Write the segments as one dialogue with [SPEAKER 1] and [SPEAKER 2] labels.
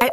[SPEAKER 1] At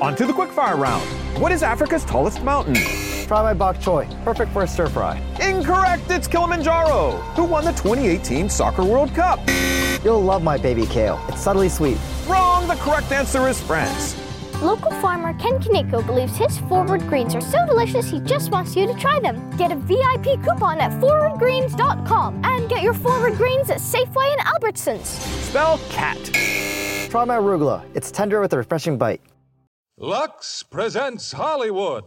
[SPEAKER 2] On to the quickfire round. What is Africa's tallest mountain?
[SPEAKER 3] Try my bok choy. Perfect for a stir fry.
[SPEAKER 2] Incorrect, it's Kilimanjaro. Who won the 2018 Soccer World Cup?
[SPEAKER 3] You'll love my baby kale. It's subtly sweet.
[SPEAKER 2] Wrong, the correct answer is France.
[SPEAKER 4] Local farmer Ken Kaneko believes his forward greens are so delicious he just wants you to try them. Get a VIP coupon at forwardgreens.com and get your forward greens at Safeway and Albertsons.
[SPEAKER 2] Spell cat.
[SPEAKER 3] Try my arugula. It's tender with a refreshing bite.
[SPEAKER 5] Lux presents Hollywood.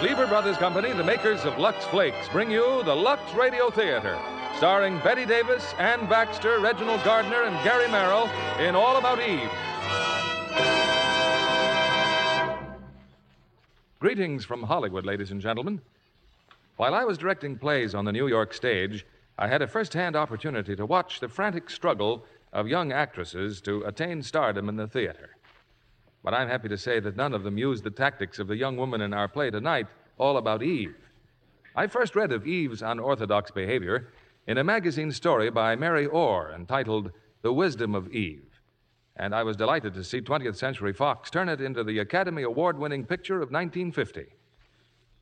[SPEAKER 6] Lever Brothers Company, the makers of Lux Flakes, bring you the Lux Radio Theater, starring Betty Davis, Ann Baxter, Reginald Gardner, and Gary Merrill in All About Eve. Greetings from Hollywood, ladies and gentlemen. While I was directing plays on the New York stage, I had a first hand opportunity to watch the frantic struggle of young actresses to attain stardom in the theater. But I'm happy to say that none of them used the tactics of the young woman in our play tonight, All About Eve. I first read of Eve's unorthodox behavior in a magazine story by Mary Orr entitled The Wisdom of Eve. And I was delighted to see 20th Century Fox turn it into the Academy Award winning picture of 1950.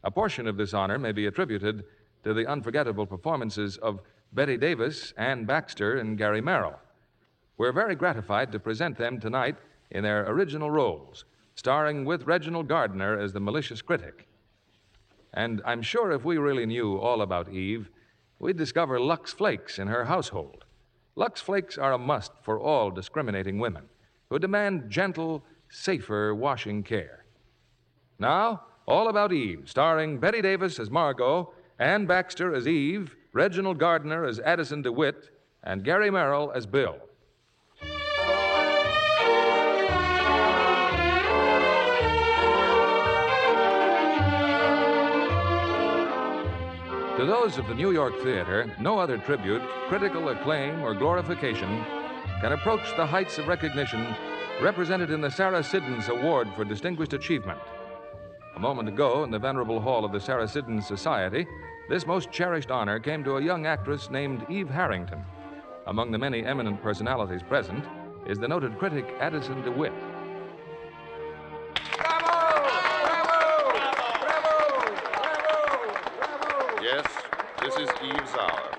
[SPEAKER 6] A portion of this honor may be attributed to the unforgettable performances of Betty Davis, Ann Baxter, and Gary Merrill. We're very gratified to present them tonight in their original roles, starring with Reginald Gardner as the malicious critic. And I'm sure if we really knew all about Eve, we'd discover Lux Flakes in her household. Lux Flakes are a must for all discriminating women who demand gentle, safer washing care. Now, All About Eve, starring Betty Davis as Margot, Ann Baxter as Eve, Reginald Gardner as Addison DeWitt, and Gary Merrill as Bill. To those of the New York theater, no other tribute, critical acclaim, or glorification can approach the heights of recognition represented in the Sarah Siddons Award for Distinguished Achievement. A moment ago, in the venerable hall of the Sarah Siddons Society, this most cherished honor came to a young actress named Eve Harrington. Among the many eminent personalities present is the noted critic Addison DeWitt.
[SPEAKER 7] Yes, this is Eve's hour.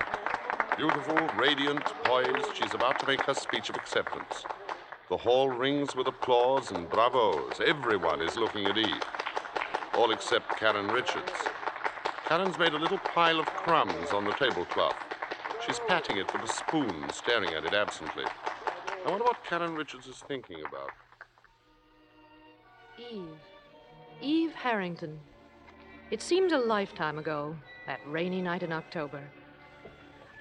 [SPEAKER 7] Beautiful, radiant, poised, she's about to make her speech of acceptance. The hall rings with applause and bravos. Everyone is looking at Eve, all except Karen Richards. Karen's made a little pile of crumbs on the tablecloth. She's patting it with a spoon, staring at it absently. I wonder what Karen Richards is thinking about.
[SPEAKER 8] Eve. Eve Harrington. It seemed a lifetime ago, that rainy night in October.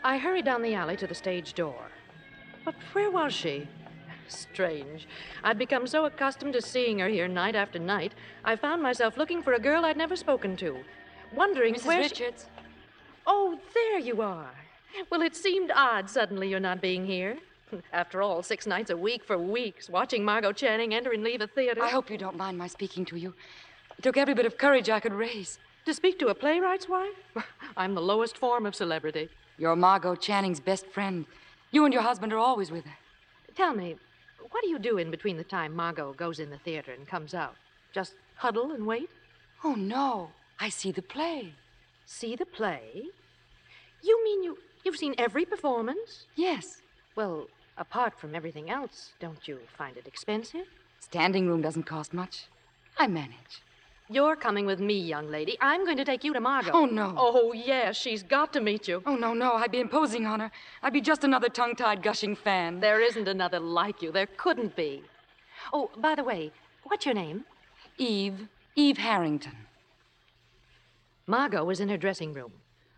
[SPEAKER 8] I hurried down the alley to the stage door. But where was she? Strange. I'd become so accustomed to seeing her here night after night, I found myself looking for a girl I'd never spoken to, wondering
[SPEAKER 9] Mrs.
[SPEAKER 8] where. she-
[SPEAKER 9] Richards,
[SPEAKER 8] Oh, there you are. Well, it seemed odd suddenly you're not being here. After all, six nights a week for weeks, watching Margot Channing enter and leave a theater.
[SPEAKER 9] I hope you don't mind my speaking to you. It took every bit of courage I could raise.
[SPEAKER 8] To speak to a playwright's wife? I'm the lowest form of celebrity.
[SPEAKER 9] You're Margot Channing's best friend. You and your husband are always with her.
[SPEAKER 8] Tell me, what do you do in between the time Margot goes in the theater and comes out? Just huddle and wait?
[SPEAKER 9] Oh, no. I see the play.
[SPEAKER 8] See the play? You mean you, you've seen every performance?
[SPEAKER 9] Yes.
[SPEAKER 8] Well, apart from everything else, don't you find it expensive?
[SPEAKER 9] Standing room doesn't cost much. I manage.
[SPEAKER 8] You're coming with me, young lady. I'm going to take you to Margot.
[SPEAKER 9] Oh, no.
[SPEAKER 8] Oh, yes, she's got to meet you.
[SPEAKER 9] Oh, no, no. I'd be imposing on her. I'd be just another tongue tied, gushing fan.
[SPEAKER 8] There isn't another like you. There couldn't be. Oh, by the way, what's your name?
[SPEAKER 9] Eve. Eve Harrington.
[SPEAKER 8] Margot was in her dressing room.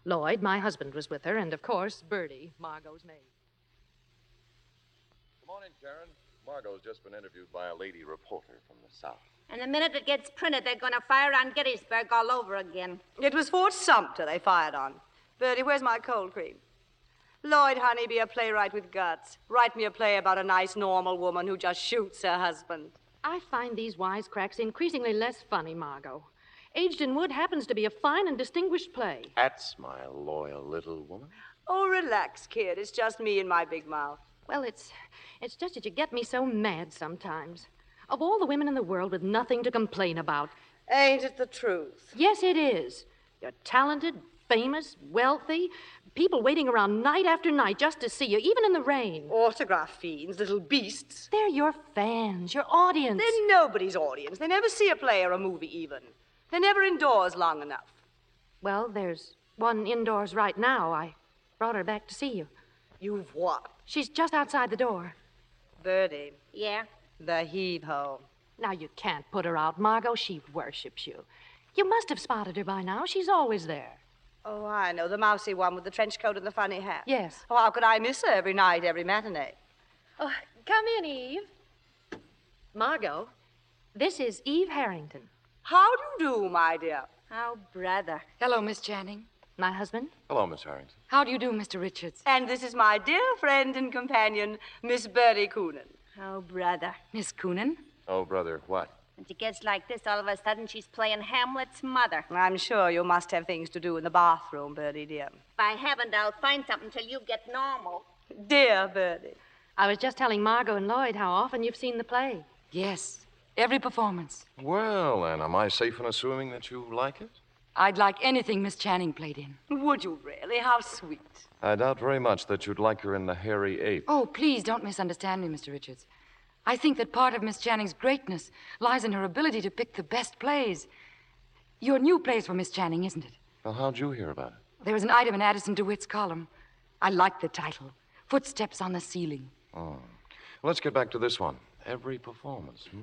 [SPEAKER 8] Lloyd, my husband, was with her, and of course, Bertie, Margot's maid.
[SPEAKER 10] Come on in, Karen. Margot's just been interviewed by a lady reporter from the South.
[SPEAKER 11] And the minute it gets printed, they're going to fire on Gettysburg all over again.
[SPEAKER 12] It was Fort Sumter they fired on. Bertie, where's my cold cream? Lloyd, honey, be a playwright with guts. Write me a play about a nice, normal woman who just shoots her husband.
[SPEAKER 8] I find these wisecracks increasingly less funny, Margot. Aged in Wood happens to be a fine and distinguished play.
[SPEAKER 10] That's my loyal little woman.
[SPEAKER 12] Oh, relax, kid. It's just me and my big mouth.
[SPEAKER 8] Well, it's it's just that you get me so mad sometimes. Of all the women in the world with nothing to complain about.
[SPEAKER 12] Ain't it the truth?
[SPEAKER 8] Yes, it is. You're talented, famous, wealthy. People waiting around night after night just to see you, even in the rain.
[SPEAKER 12] Autograph fiends, little beasts.
[SPEAKER 8] They're your fans, your audience.
[SPEAKER 12] They're nobody's audience. They never see a play or a movie, even. They're never indoors long enough.
[SPEAKER 8] Well, there's one indoors right now. I brought her back to see you.
[SPEAKER 12] You've what?
[SPEAKER 8] She's just outside the door.
[SPEAKER 12] Bertie.
[SPEAKER 11] Yeah?
[SPEAKER 12] The heave ho.
[SPEAKER 8] Now, you can't put her out, Margot. She worships you. You must have spotted her by now. She's always there.
[SPEAKER 12] Oh, I know. The mousy one with the trench coat and the funny hat.
[SPEAKER 8] Yes.
[SPEAKER 12] Oh, how could I miss her every night, every matinee?
[SPEAKER 8] Oh, come in, Eve. Margot, this is Eve Harrington.
[SPEAKER 12] How do you do, my dear?
[SPEAKER 11] Oh, brother.
[SPEAKER 9] Hello, Miss Channing.
[SPEAKER 8] My husband?
[SPEAKER 10] Hello, Miss Harrington.
[SPEAKER 9] How do you do, Mr. Richards?
[SPEAKER 12] And this is my dear friend and companion, Miss Bertie Coonan.
[SPEAKER 11] Oh, brother.
[SPEAKER 9] Miss Coonan?
[SPEAKER 10] Oh, brother, what?
[SPEAKER 11] When she gets like this, all of a sudden she's playing Hamlet's mother.
[SPEAKER 12] I'm sure you must have things to do in the bathroom, Bertie, dear.
[SPEAKER 11] If I haven't, I'll find something till you get normal.
[SPEAKER 12] Dear Bertie.
[SPEAKER 8] I was just telling Margot and Lloyd how often you've seen the play.
[SPEAKER 9] Yes, every performance.
[SPEAKER 10] Well, then, am I safe in assuming that you like it?
[SPEAKER 9] I'd like anything Miss Channing played in.
[SPEAKER 12] Would you really? How sweet.
[SPEAKER 10] I doubt very much that you'd like her in The Hairy Ape.
[SPEAKER 9] Oh, please don't misunderstand me, Mr. Richards. I think that part of Miss Channing's greatness lies in her ability to pick the best plays. Your new plays for Miss Channing, isn't it?
[SPEAKER 10] Well, how'd you hear about it?
[SPEAKER 9] There was an item in Addison DeWitt's column. I liked the title Footsteps on the Ceiling.
[SPEAKER 10] Oh. Well, let's get back to this one. Every performance. Hmm?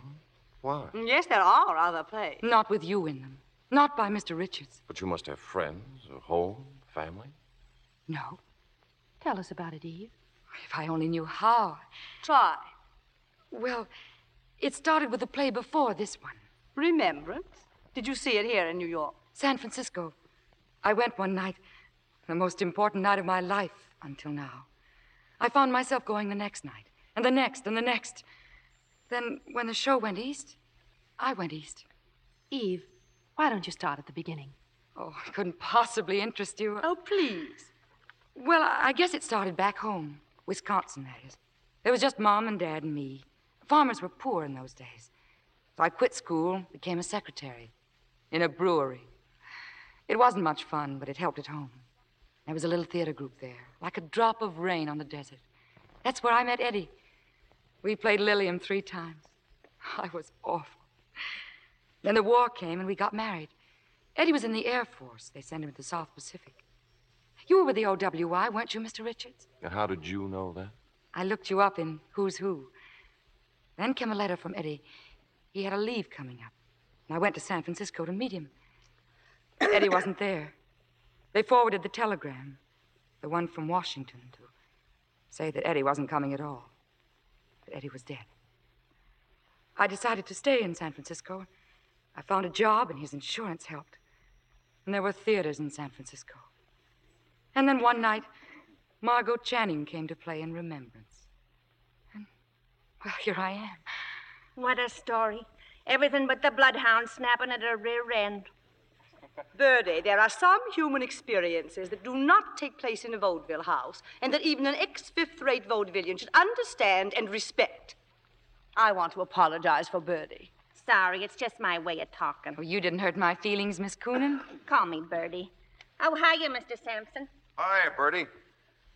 [SPEAKER 10] Why?
[SPEAKER 12] Mm, Yes, there are other plays.
[SPEAKER 9] Not with you in them. Not by Mr. Richards.
[SPEAKER 10] But you must have friends, a home, family.
[SPEAKER 9] No.
[SPEAKER 8] Tell us about it, Eve.
[SPEAKER 9] If I only knew how.
[SPEAKER 12] Try.
[SPEAKER 9] Well, it started with a play before this one
[SPEAKER 12] Remembrance. Did you see it here in New York?
[SPEAKER 9] San Francisco. I went one night, the most important night of my life until now. I found myself going the next night, and the next, and the next. Then, when the show went east, I went east.
[SPEAKER 8] Eve, why don't you start at the beginning?
[SPEAKER 9] Oh, I couldn't possibly interest you.
[SPEAKER 12] Oh, please.
[SPEAKER 9] Well, I I guess it started back home, Wisconsin, that is. There was just Mom and Dad and me. Farmers were poor in those days. So I quit school, became a secretary in a brewery. It wasn't much fun, but it helped at home. There was a little theater group there, like a drop of rain on the desert. That's where I met Eddie. We played Lilium three times. I was awful. Then the war came and we got married. Eddie was in the Air Force. They sent him to the South Pacific. You were with the OWI, weren't you, Mr. Richards?
[SPEAKER 10] And how did you know that?
[SPEAKER 9] I looked you up in Who's Who. Then came a letter from Eddie. He had a leave coming up, and I went to San Francisco to meet him. Eddie wasn't there. They forwarded the telegram, the one from Washington, to say that Eddie wasn't coming at all, that Eddie was dead. I decided to stay in San Francisco. I found a job, and his insurance helped. And there were theaters in San Francisco. And then one night, Margot Channing came to play in Remembrance. And, well, here I am.
[SPEAKER 11] What a story. Everything but the bloodhound snapping at her rear end.
[SPEAKER 12] Birdie, there are some human experiences that do not take place in a vaudeville house, and that even an ex fifth rate vaudevillian should understand and respect. I want to apologize for Birdie.
[SPEAKER 11] Sorry, it's just my way of talking.
[SPEAKER 9] Oh, you didn't hurt my feelings, Miss Coonan.
[SPEAKER 11] Call me Birdie. Oh, hiya, Mr. Sampson.
[SPEAKER 13] Hi, Bertie.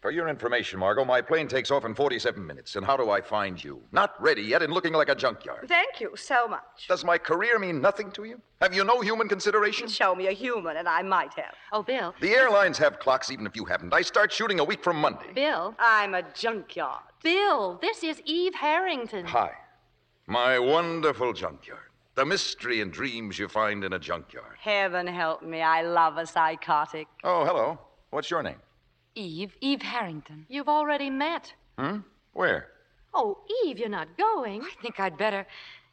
[SPEAKER 13] For your information, Margot, my plane takes off in 47 minutes. And how do I find you? Not ready yet and looking like a junkyard.
[SPEAKER 12] Thank you so much.
[SPEAKER 13] Does my career mean nothing to you? Have you no human consideration?
[SPEAKER 12] Show me a human, and I might have.
[SPEAKER 8] Oh, Bill.
[SPEAKER 13] The airlines have clocks even if you haven't. I start shooting a week from Monday.
[SPEAKER 8] Bill.
[SPEAKER 12] I'm a junkyard.
[SPEAKER 8] Bill, this is Eve Harrington.
[SPEAKER 13] Hi. My wonderful junkyard. The mystery and dreams you find in a junkyard.
[SPEAKER 12] Heaven help me, I love a psychotic.
[SPEAKER 13] Oh, hello. What's your name?
[SPEAKER 8] Eve? Eve Harrington. You've already met.
[SPEAKER 13] Hmm? Where?
[SPEAKER 8] Oh, Eve, you're not going.
[SPEAKER 9] I think I'd better.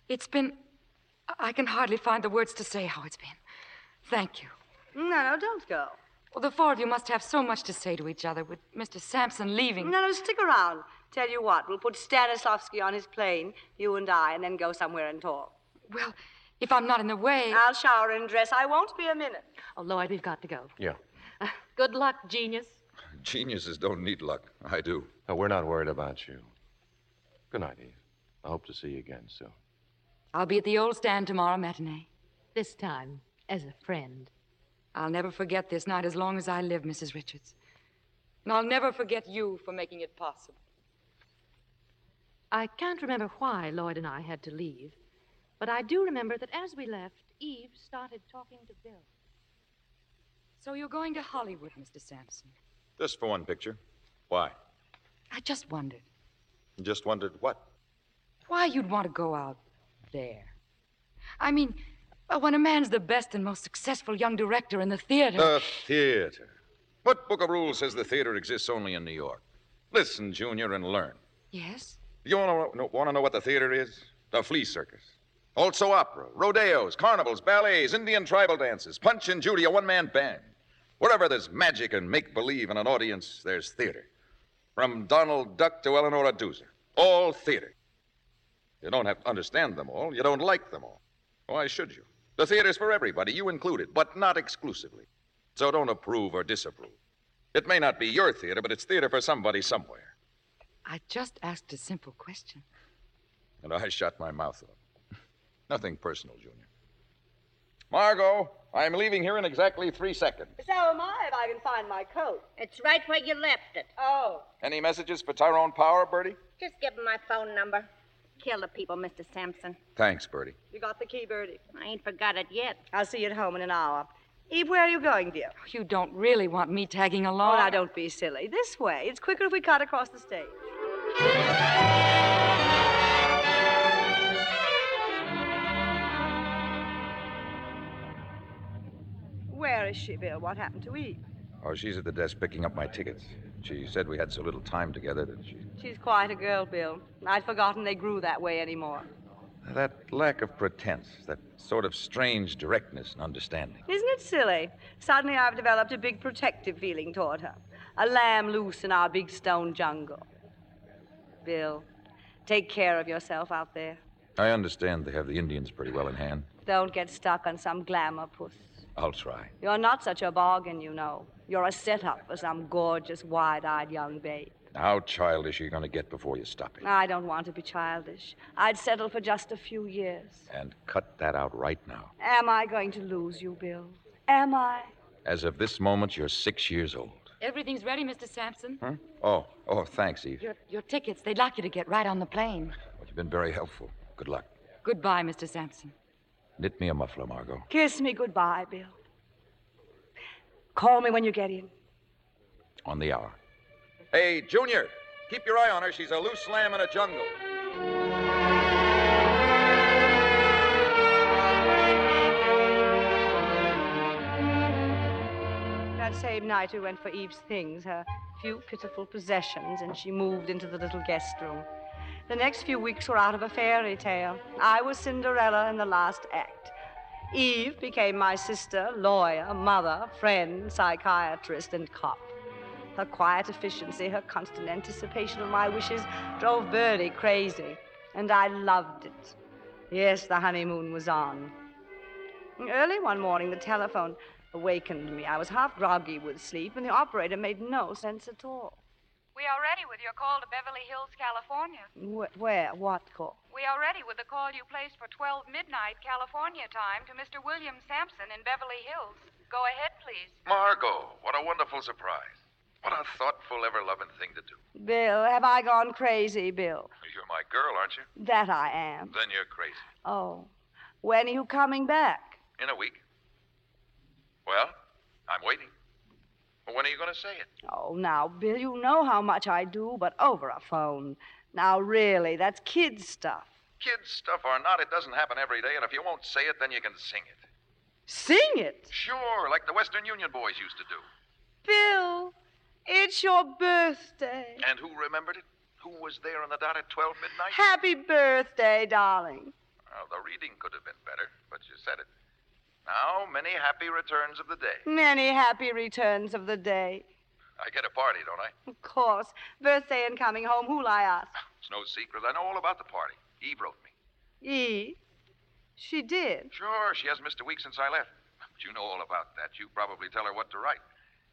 [SPEAKER 9] It's been. I- I can hardly find the words to say how it's been. Thank you.
[SPEAKER 12] No, no, don't go.
[SPEAKER 9] Well, the four of you must have so much to say to each other with Mr. Sampson leaving.
[SPEAKER 12] No, no, stick around. Tell you what, we'll put Stanislavski on his plane, you and I, and then go somewhere and talk.
[SPEAKER 9] Well, if I'm not in the way.
[SPEAKER 12] I'll shower and dress. I won't be a minute.
[SPEAKER 8] Oh, Lloyd, we've got to go.
[SPEAKER 10] Yeah.
[SPEAKER 8] Good luck, genius.
[SPEAKER 13] Geniuses don't need luck. I do.
[SPEAKER 10] No, we're not worried about you. Good night, Eve. I hope to see you again soon.
[SPEAKER 9] I'll be at the old stand tomorrow matinee.
[SPEAKER 8] This time, as a friend.
[SPEAKER 9] I'll never forget this night as long as I live, Mrs. Richards. And I'll never forget you for making it possible.
[SPEAKER 8] I can't remember why Lloyd and I had to leave, but I do remember that as we left, Eve started talking to Bill.
[SPEAKER 9] So you're going to Hollywood, Mr. Sampson.
[SPEAKER 13] Just for one picture. Why?
[SPEAKER 9] I just wondered
[SPEAKER 13] Just wondered what?
[SPEAKER 9] why you'd want to go out there. I mean, uh, when a man's the best and most successful young director in the theater.
[SPEAKER 13] The theater. What book of rules says the theater exists only in New York? Listen, Junior, and learn.
[SPEAKER 9] Yes?
[SPEAKER 13] You want to know, want to know what the theater is? The flea circus. Also, opera, rodeos, carnivals, ballets, Indian tribal dances, Punch and Judy, a one man band. Wherever there's magic and make believe in an audience, there's theater. From Donald Duck to Eleanor Doozer, all theater. You don't have to understand them all, you don't like them all. Why should you? The theater's for everybody, you included, but not exclusively. So don't approve or disapprove. It may not be your theater, but it's theater for somebody somewhere.
[SPEAKER 9] I just asked a simple question.
[SPEAKER 13] And I shut my mouth up. Nothing personal, Junior. Margot, I'm leaving here in exactly three seconds.
[SPEAKER 12] So am I, if I can find my coat.
[SPEAKER 11] It's right where you left it.
[SPEAKER 12] Oh.
[SPEAKER 13] Any messages for Tyrone Power, Bertie?
[SPEAKER 11] Just give him my phone number. Kill the people, Mr. Sampson.
[SPEAKER 13] Thanks, Bertie.
[SPEAKER 12] You got the key, Bertie.
[SPEAKER 11] I ain't forgot it yet.
[SPEAKER 12] I'll see you at home in an hour. Eve, where are you going, dear?
[SPEAKER 9] You don't really want me tagging along.
[SPEAKER 12] Oh, now don't be silly. This way. It's quicker if we cut across the stage. Where is she, Bill? What happened to Eve?
[SPEAKER 13] Oh, she's at the desk picking up my tickets. She said we had so little time together that she.
[SPEAKER 12] She's quite a girl, Bill. I'd forgotten they grew that way anymore.
[SPEAKER 13] That lack of pretense, that sort of strange directness and understanding.
[SPEAKER 12] Isn't it silly? Suddenly I've developed a big protective feeling toward her. A lamb loose in our big stone jungle. Bill, take care of yourself out there.
[SPEAKER 13] I understand they have the Indians pretty well in hand.
[SPEAKER 12] Don't get stuck on some glamour puss.
[SPEAKER 13] I'll try.
[SPEAKER 12] You're not such a bargain, you know. You're a setup for some gorgeous, wide eyed young babe.
[SPEAKER 13] How childish are you going to get before you stop it?
[SPEAKER 12] I don't want to be childish. I'd settle for just a few years.
[SPEAKER 13] And cut that out right now.
[SPEAKER 12] Am I going to lose you, Bill? Am I?
[SPEAKER 13] As of this moment, you're six years old.
[SPEAKER 9] Everything's ready, Mr. Sampson.
[SPEAKER 13] Huh? Oh, oh, thanks, Eve.
[SPEAKER 9] Your, your tickets, they'd like you to get right on the plane.
[SPEAKER 13] You've been very helpful. Good luck.
[SPEAKER 9] Goodbye, Mr. Sampson.
[SPEAKER 13] Knit me a muffler, Margot.
[SPEAKER 12] Kiss me goodbye, Bill. Call me when you get in.
[SPEAKER 13] On the hour. Hey, Junior, keep your eye on her. She's a loose lamb in a jungle.
[SPEAKER 12] That same night we went for Eve's things, her few pitiful possessions, and she moved into the little guest room. The next few weeks were out of a fairy tale. I was Cinderella in the last act. Eve became my sister, lawyer, mother, friend, psychiatrist, and cop. Her quiet efficiency, her constant anticipation of my wishes drove Birdie crazy, and I loved it. Yes, the honeymoon was on. Early one morning, the telephone awakened me. I was half groggy with sleep, and the operator made no sense at all.
[SPEAKER 14] We are ready with your call to Beverly Hills, California.
[SPEAKER 12] Wh- where? What call?
[SPEAKER 14] We are ready with the call you placed for 12 midnight California time to Mr. William Sampson in Beverly Hills. Go ahead, please.
[SPEAKER 13] Margot, what a wonderful surprise. What a thoughtful, ever loving thing to do.
[SPEAKER 12] Bill, have I gone crazy, Bill?
[SPEAKER 13] You're my girl, aren't you?
[SPEAKER 12] That I am.
[SPEAKER 13] Then you're crazy.
[SPEAKER 12] Oh. When are you coming back?
[SPEAKER 13] In a week. Well, I'm waiting. When are you going to say it?
[SPEAKER 12] Oh, now, Bill, you know how much I do, but over a phone. Now, really, that's kid stuff.
[SPEAKER 13] Kids' stuff or not, it doesn't happen every day, and if you won't say it, then you can sing it.
[SPEAKER 11] Sing it?
[SPEAKER 13] Sure, like the Western Union boys used to do.
[SPEAKER 12] Bill, it's your birthday.
[SPEAKER 13] And who remembered it? Who was there on the dot at 12 midnight?
[SPEAKER 12] Happy birthday, darling.
[SPEAKER 13] Well, the reading could have been better, but you said it. Now, many happy returns of the day.
[SPEAKER 12] Many happy returns of the day.
[SPEAKER 13] I get a party, don't I?
[SPEAKER 12] Of course, birthday and coming home, who'll I ask?
[SPEAKER 13] It's no secret. I know all about the party. Eve wrote me.
[SPEAKER 12] E. She did.
[SPEAKER 13] Sure, she hasn't missed a week since I left. But you know all about that. You probably tell her what to write.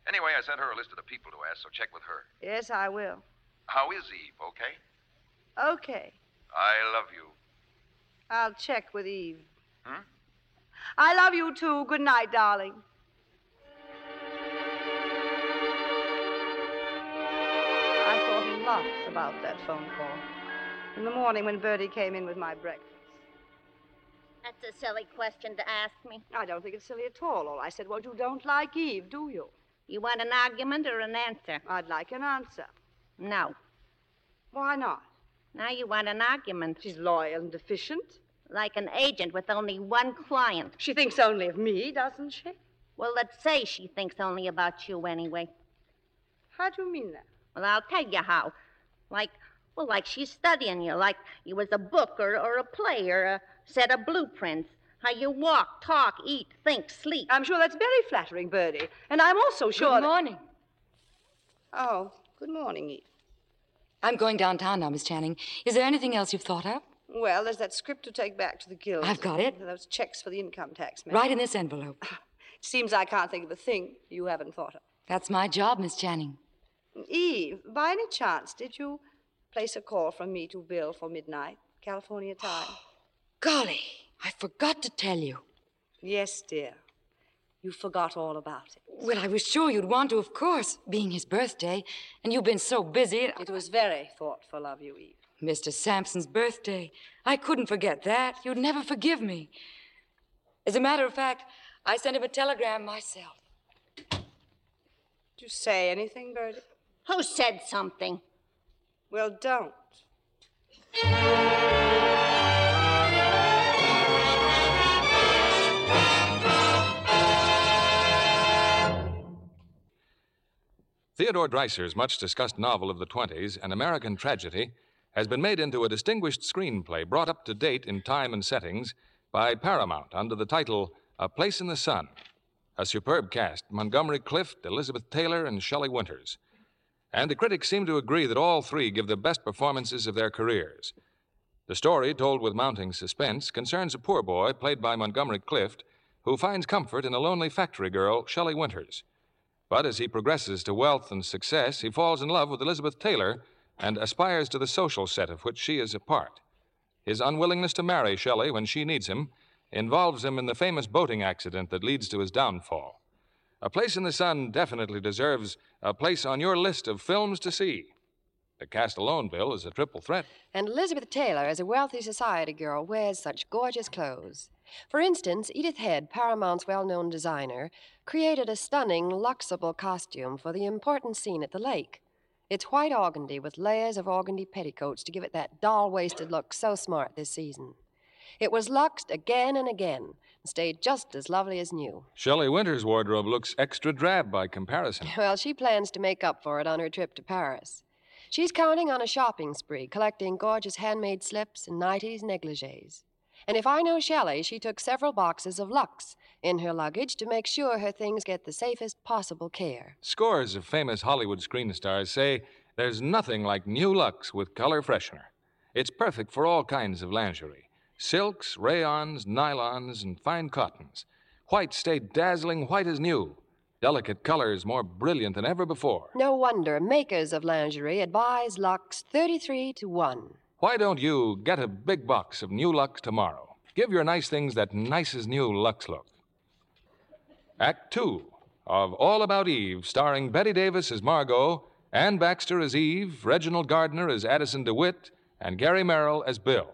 [SPEAKER 13] Anyway, I sent her a list of the people to ask, so check with her.
[SPEAKER 12] Yes, I will.
[SPEAKER 13] How is Eve, okay?
[SPEAKER 12] Okay,
[SPEAKER 13] I love you.
[SPEAKER 12] I'll check with Eve.
[SPEAKER 13] Hmm?
[SPEAKER 12] I love you too. Good night, darling. I thought lots about that phone call. In the morning when Bertie came in with my breakfast.
[SPEAKER 11] That's a silly question to ask me.
[SPEAKER 12] I don't think it's silly at all. All I said was, you don't like Eve, do you?
[SPEAKER 11] You want an argument or an answer?
[SPEAKER 12] I'd like an answer.
[SPEAKER 11] No.
[SPEAKER 12] Why not?
[SPEAKER 11] Now you want an argument.
[SPEAKER 12] She's loyal and efficient.
[SPEAKER 11] Like an agent with only one client.
[SPEAKER 12] She thinks only of me, doesn't she?
[SPEAKER 11] Well, let's say she thinks only about you anyway.
[SPEAKER 12] How do you mean that?
[SPEAKER 11] Well, I'll tell you how. Like, well, like she's studying you, like you was a book or, or a play or a set of blueprints. How you walk, talk, eat, think, sleep.
[SPEAKER 12] I'm sure that's very flattering, Bertie. And I'm also sure.
[SPEAKER 9] Good
[SPEAKER 12] that-
[SPEAKER 9] morning.
[SPEAKER 12] Oh, good morning, Eve.
[SPEAKER 9] I'm going downtown now, Miss Channing. Is there anything else you've thought of?
[SPEAKER 12] Well, there's that script to take back to the guild.
[SPEAKER 9] I've got it.
[SPEAKER 12] And Those checks for the income tax man.
[SPEAKER 9] Right in this envelope.
[SPEAKER 12] Seems I can't think of a thing you haven't thought of.
[SPEAKER 9] That's my job, Miss Channing.
[SPEAKER 12] Eve, by any chance, did you place a call from me to Bill for midnight, California time?
[SPEAKER 9] Golly, I forgot to tell you.
[SPEAKER 12] yes, dear. You forgot all about it.
[SPEAKER 9] Well, I was sure you'd want to, of course, being his birthday, and you've been so busy.
[SPEAKER 12] It was very thoughtful of you, Eve.
[SPEAKER 9] Mr. Sampson's birthday. I couldn't forget that. You'd never forgive me. As a matter of fact, I sent him a telegram myself.
[SPEAKER 12] Did you say anything, Bertie?
[SPEAKER 11] Who said something?
[SPEAKER 12] Well, don't.
[SPEAKER 6] Theodore Dreiser's much discussed novel of the 20s, An American Tragedy, has been made into a distinguished screenplay brought up to date in time and settings by Paramount under the title A Place in the Sun. A superb cast Montgomery Clift, Elizabeth Taylor, and Shelley Winters. And the critics seem to agree that all three give the best performances of their careers. The story, told with mounting suspense, concerns a poor boy played by Montgomery Clift who finds comfort in a lonely factory girl, Shelley Winters. But as he progresses to wealth and success, he falls in love with Elizabeth Taylor and aspires to the social set of which she is a part. His unwillingness to marry Shelley when she needs him involves him in the famous boating accident that leads to his downfall. A Place in the Sun definitely deserves a place on your list of films to see. The Castelloneville is a triple threat.
[SPEAKER 15] And Elizabeth Taylor, as a wealthy society girl, wears such gorgeous clothes. For instance, Edith Head, Paramount's well known designer, created a stunning luxable costume for the important scene at the lake. It's white organdy with layers of organdy petticoats to give it that doll waisted look so smart this season. It was luxed again and again and stayed just as lovely as new.
[SPEAKER 6] Shelley Winter's wardrobe looks extra drab by comparison.
[SPEAKER 15] Well, she plans to make up for it on her trip to Paris. She's counting on a shopping spree, collecting gorgeous handmade slips and 90s negligees. And if I know Shelley, she took several boxes of Lux in her luggage to make sure her things get the safest possible care.
[SPEAKER 6] Scores of famous Hollywood screen stars say there's nothing like New Lux with color freshener. It's perfect for all kinds of lingerie silks, rayons, nylons, and fine cottons. Whites stay dazzling white as new, delicate colors more brilliant than ever before.
[SPEAKER 15] No wonder makers of lingerie advise Lux 33 to 1.
[SPEAKER 6] Why don't you get a big box of New Lux tomorrow? Give your nice things that nice as new Lux look. Act two of All About Eve, starring Betty Davis as Margot, Ann Baxter as Eve, Reginald Gardner as Addison DeWitt, and Gary Merrill as Bill.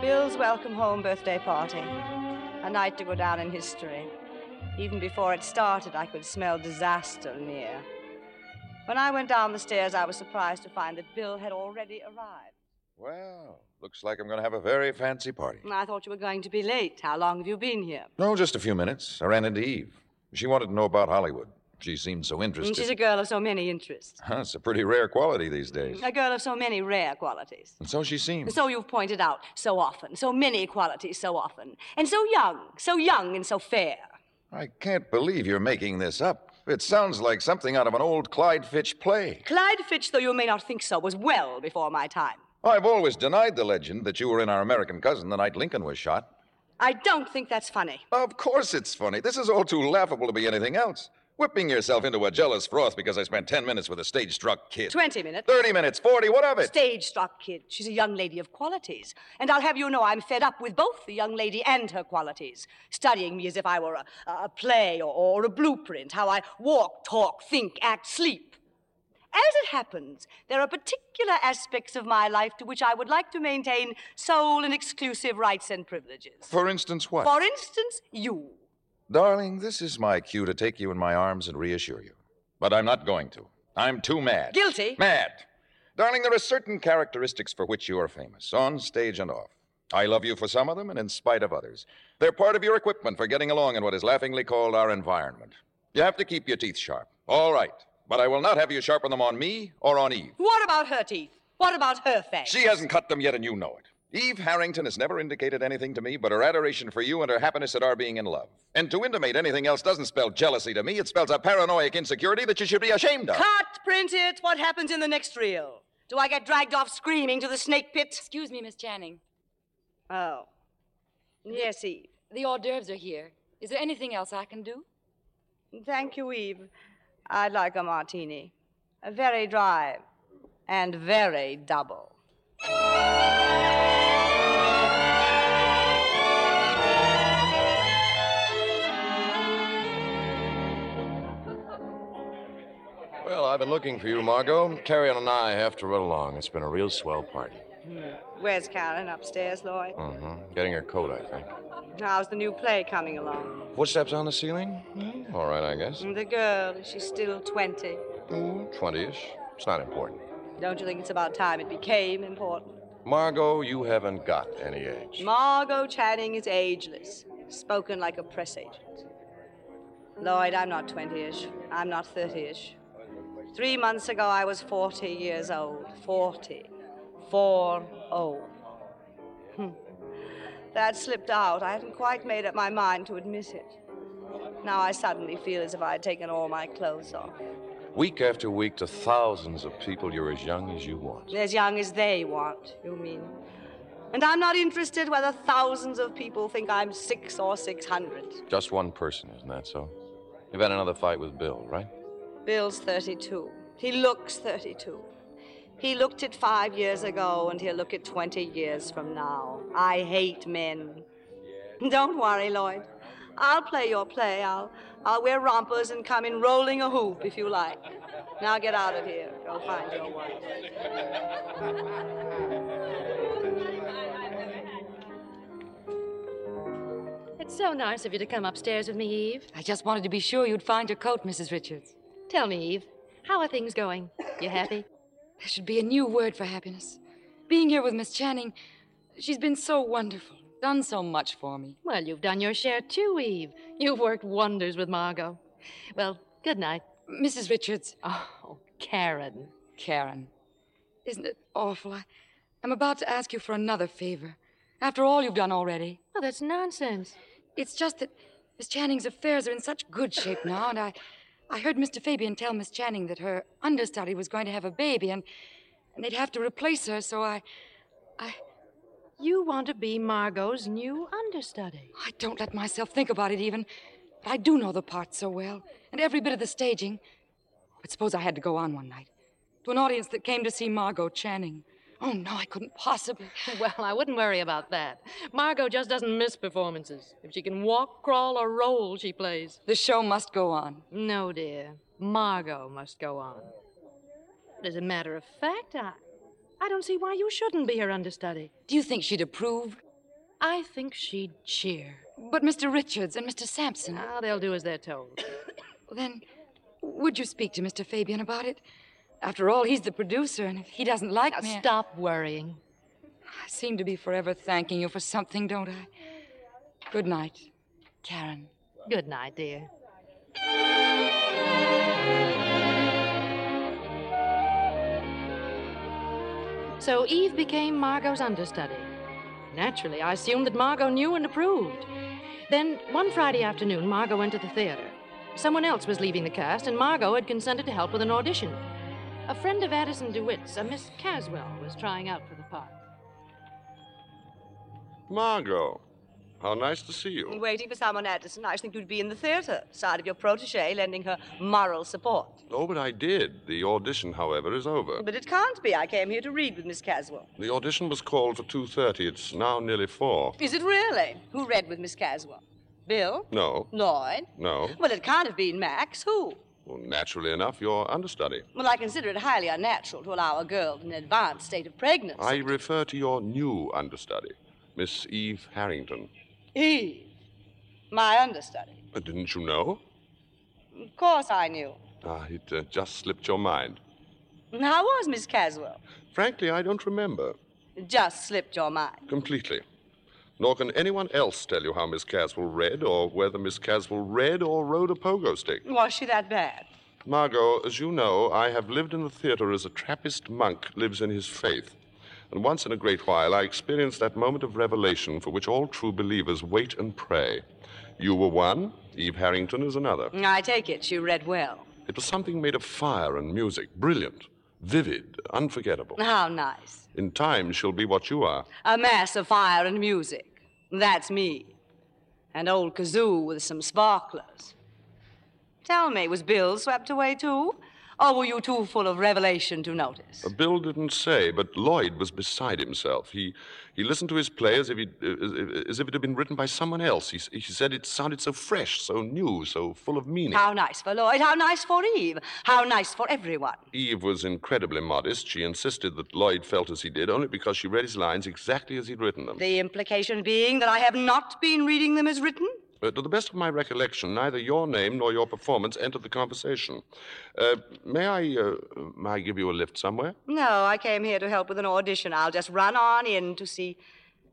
[SPEAKER 12] Bill's welcome home birthday party. A night to go down in history. Even before it started, I could smell disaster near. When I went down the stairs, I was surprised to find that Bill had already arrived.
[SPEAKER 13] Well, looks like I'm going to have a very fancy party.
[SPEAKER 12] I thought you were going to be late. How long have you been here?
[SPEAKER 13] No, just a few minutes. I ran into Eve. She wanted to know about Hollywood. She seemed so
[SPEAKER 12] Mm,
[SPEAKER 13] interested.
[SPEAKER 12] She's a girl of so many interests,
[SPEAKER 13] Huh, it's a pretty rare quality these days.
[SPEAKER 12] a girl of so many rare qualities.
[SPEAKER 13] And so she
[SPEAKER 12] And
[SPEAKER 13] seems.
[SPEAKER 12] so you've pointed out so often, so many qualities so often, and so young, so young and so fair.
[SPEAKER 13] I can't believe you're making this up. It sounds like something out of an old Clyde Fitch play.
[SPEAKER 12] Clyde Fitch, though you may not think so, was well before my time.
[SPEAKER 13] I've always denied the legend that you were in our American cousin the night Lincoln was shot.
[SPEAKER 12] I don't think that's funny.
[SPEAKER 13] Of course it's funny. This is all too laughable to be anything else. Whipping yourself into a jealous froth because I spent 10 minutes with a stage struck kid.
[SPEAKER 12] 20 minutes.
[SPEAKER 13] 30 minutes, 40, what of it?
[SPEAKER 12] Stage struck kid. She's a young lady of qualities. And I'll have you know I'm fed up with both the young lady and her qualities. Studying me as if I were a, a play or, or a blueprint, how I walk, talk, think, act, sleep. As it happens, there are particular aspects of my life to which I would like to maintain sole and exclusive rights and privileges.
[SPEAKER 13] For instance, what?
[SPEAKER 12] For instance, you.
[SPEAKER 13] Darling, this is my cue to take you in my arms and reassure you. But I'm not going to. I'm too mad.
[SPEAKER 12] Guilty?
[SPEAKER 13] Mad. Darling, there are certain characteristics for which you are famous, on stage and off. I love you for some of them and in spite of others. They're part of your equipment for getting along in what is laughingly called our environment. You have to keep your teeth sharp. All right. But I will not have you sharpen them on me or on Eve.
[SPEAKER 12] What about her teeth? What about her face?
[SPEAKER 13] She hasn't cut them yet, and you know it. Eve Harrington has never indicated anything to me but her adoration for you and her happiness at our being in love. And to intimate anything else doesn't spell jealousy to me. It spells a paranoid insecurity that you should be ashamed of.
[SPEAKER 12] Cut, print it. What happens in the next reel? Do I get dragged off screaming to the snake pit?
[SPEAKER 9] Excuse me, Miss Channing.
[SPEAKER 12] Oh. Yes, Eve.
[SPEAKER 9] The hors d'oeuvres are here. Is there anything else I can do?
[SPEAKER 12] Thank you, Eve. I'd like a martini. A very dry and very double.
[SPEAKER 10] Well, I've been looking for you, Margot. Carrion and I have to run along. It's been a real swell party.
[SPEAKER 12] Where's Karen? Upstairs, Lloyd?
[SPEAKER 10] Mm-hmm. Getting her coat, I think.
[SPEAKER 12] How's the new play coming along?
[SPEAKER 10] Footsteps on the ceiling?
[SPEAKER 9] Hmm?
[SPEAKER 10] All right, I guess.
[SPEAKER 12] And the girl, is she still 20?
[SPEAKER 10] 20 ish. It's not important.
[SPEAKER 12] Don't you think it's about time it became important?
[SPEAKER 10] Margot, you haven't got any age.
[SPEAKER 12] Margot Channing is ageless, spoken like a press agent. Lloyd, I'm not 20 ish. I'm not 30 ish. Three months ago, I was 40 years old. 40. 4 0. Hmm. That slipped out. I hadn't quite made up my mind to admit it. Now I suddenly feel as if I had taken all my clothes off.
[SPEAKER 10] Week after week, to thousands of people, you're as young as you want.
[SPEAKER 12] As young as they want, you mean. And I'm not interested whether thousands of people think I'm six or 600.
[SPEAKER 10] Just one person, isn't that so? You've had another fight with Bill, right?
[SPEAKER 12] Bill's 32. He looks 32. He looked it five years ago, and he'll look it 20 years from now. I hate men. Don't worry, Lloyd. I'll play your play. I'll, I'll wear rompers and come in rolling a hoop if you like. Now get out of here. Go find your wife.
[SPEAKER 8] It's so nice of you to come upstairs with me, Eve.
[SPEAKER 9] I just wanted to be sure you'd find your coat, Mrs. Richards.
[SPEAKER 8] Tell me, Eve, how are things going? You happy?
[SPEAKER 9] There should be a new word for happiness. Being here with Miss Channing, she's been so wonderful, done so much for me.
[SPEAKER 8] Well, you've done your share too, Eve. You've worked wonders with Margot. Well, good night.
[SPEAKER 9] Mrs. Richards.
[SPEAKER 8] Oh, Karen.
[SPEAKER 9] Karen. Isn't it awful? I, I'm about to ask you for another favor. After all you've done already.
[SPEAKER 8] Oh, that's nonsense.
[SPEAKER 9] It's just that Miss Channing's affairs are in such good shape now, and I, I heard Mr. Fabian tell Miss Channing that her understudy was going to have a baby, and, and they'd have to replace her. So I,
[SPEAKER 8] You want to be Margot's new understudy.
[SPEAKER 9] I don't let myself think about it even. But I do know the part so well, and every bit of the staging. But suppose I had to go on one night to an audience that came to see Margot Channing. Oh no, I couldn't possibly.
[SPEAKER 8] Well, I wouldn't worry about that. Margot just doesn't miss performances. If she can walk, crawl, or roll, she plays.
[SPEAKER 9] The show must go on.
[SPEAKER 8] No, dear. Margot must go on. But as a matter of fact, I, I don't see why you shouldn't be her understudy.
[SPEAKER 9] Do you think she'd approve?
[SPEAKER 8] I think she'd cheer.
[SPEAKER 9] But Mr. Richards and Mr. Sampson.
[SPEAKER 8] Ah, they'll do as they're told.
[SPEAKER 9] then, would you speak to Mr. Fabian about it? After all, he's the producer, and if he doesn't like
[SPEAKER 8] Now,
[SPEAKER 9] me. I-
[SPEAKER 8] Stop worrying.
[SPEAKER 9] I seem to be forever thanking you for something, don't I? Good night, Karen.
[SPEAKER 8] Good night, dear. So Eve became Margot's understudy. Naturally, I assumed that Margot knew and approved. Then, one Friday afternoon, Margot went to the theater. Someone else was leaving the cast, and Margot had consented to help with an audition. A friend of Addison DeWitt's, a Miss Caswell, was trying out for the part.
[SPEAKER 7] Margot, how nice to see you.
[SPEAKER 12] Waiting for someone, Addison. I should think you'd be in the theater, side of your protege, lending her moral support.
[SPEAKER 7] Oh, but I did. The audition, however, is over.
[SPEAKER 12] But it can't be. I came here to read with Miss Caswell.
[SPEAKER 7] The audition was called for 2.30. It's now nearly 4.
[SPEAKER 12] Is it really? Who read with Miss Caswell? Bill?
[SPEAKER 7] No,
[SPEAKER 12] Lloyd?
[SPEAKER 7] no.
[SPEAKER 12] Well, it can't have been Max. Who?
[SPEAKER 7] Well, naturally enough, your understudy.
[SPEAKER 12] Well, I consider it highly unnatural to allow a girl in an advanced state of pregnancy.
[SPEAKER 7] I refer to your new understudy, Miss Eve Harrington.
[SPEAKER 12] Eve, my understudy.
[SPEAKER 7] Uh, Didn't you know?
[SPEAKER 12] Of course I knew.
[SPEAKER 7] Ah, it uh, just slipped your mind.
[SPEAKER 12] How was Miss Caswell?
[SPEAKER 7] Frankly, I don't remember
[SPEAKER 12] It Just slipped your mind.
[SPEAKER 7] completely. Nor can anyone else tell you how Miss Caswell read or whether Miss Caswell read or rode a pogo stick.
[SPEAKER 12] Was she that bad?
[SPEAKER 7] Margot, as you know, I have lived in the theater as a Trappist monk lives in his faith. And once in a great while, I experienced that moment of revelation for which all true believers wait and pray. You were one, Eve Harrington is another.
[SPEAKER 12] I take it she read well.
[SPEAKER 7] It was something made of fire and music, brilliant, vivid, unforgettable.
[SPEAKER 12] How nice.
[SPEAKER 7] In time, she'll be what you are.
[SPEAKER 12] A mass of fire and music. That's me. An old kazoo with some sparklers. Tell me, was Bill swept away too? Or were you too full of revelation to notice?
[SPEAKER 7] Uh, Bill didn't say, but Lloyd was beside himself. He, he listened to his play as if, he'd, uh, as, as if it had been written by someone else. He, s- he said it sounded so fresh, so new, so full of meaning.
[SPEAKER 12] How nice for Lloyd, how nice for Eve, how nice for everyone.
[SPEAKER 7] Eve was incredibly modest. She insisted that Lloyd felt as he did only because she read his lines exactly as he'd written them.
[SPEAKER 12] The implication being that I have not been reading them as written?
[SPEAKER 7] Uh, to the best of my recollection, neither your name nor your performance entered the conversation. Uh, may I, uh, may I give you a lift somewhere?
[SPEAKER 12] No, I came here to help with an audition. I'll just run on in to see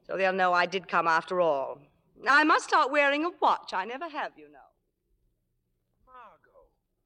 [SPEAKER 12] so they'll know I did come after all. I must start wearing a watch. I never have, you know.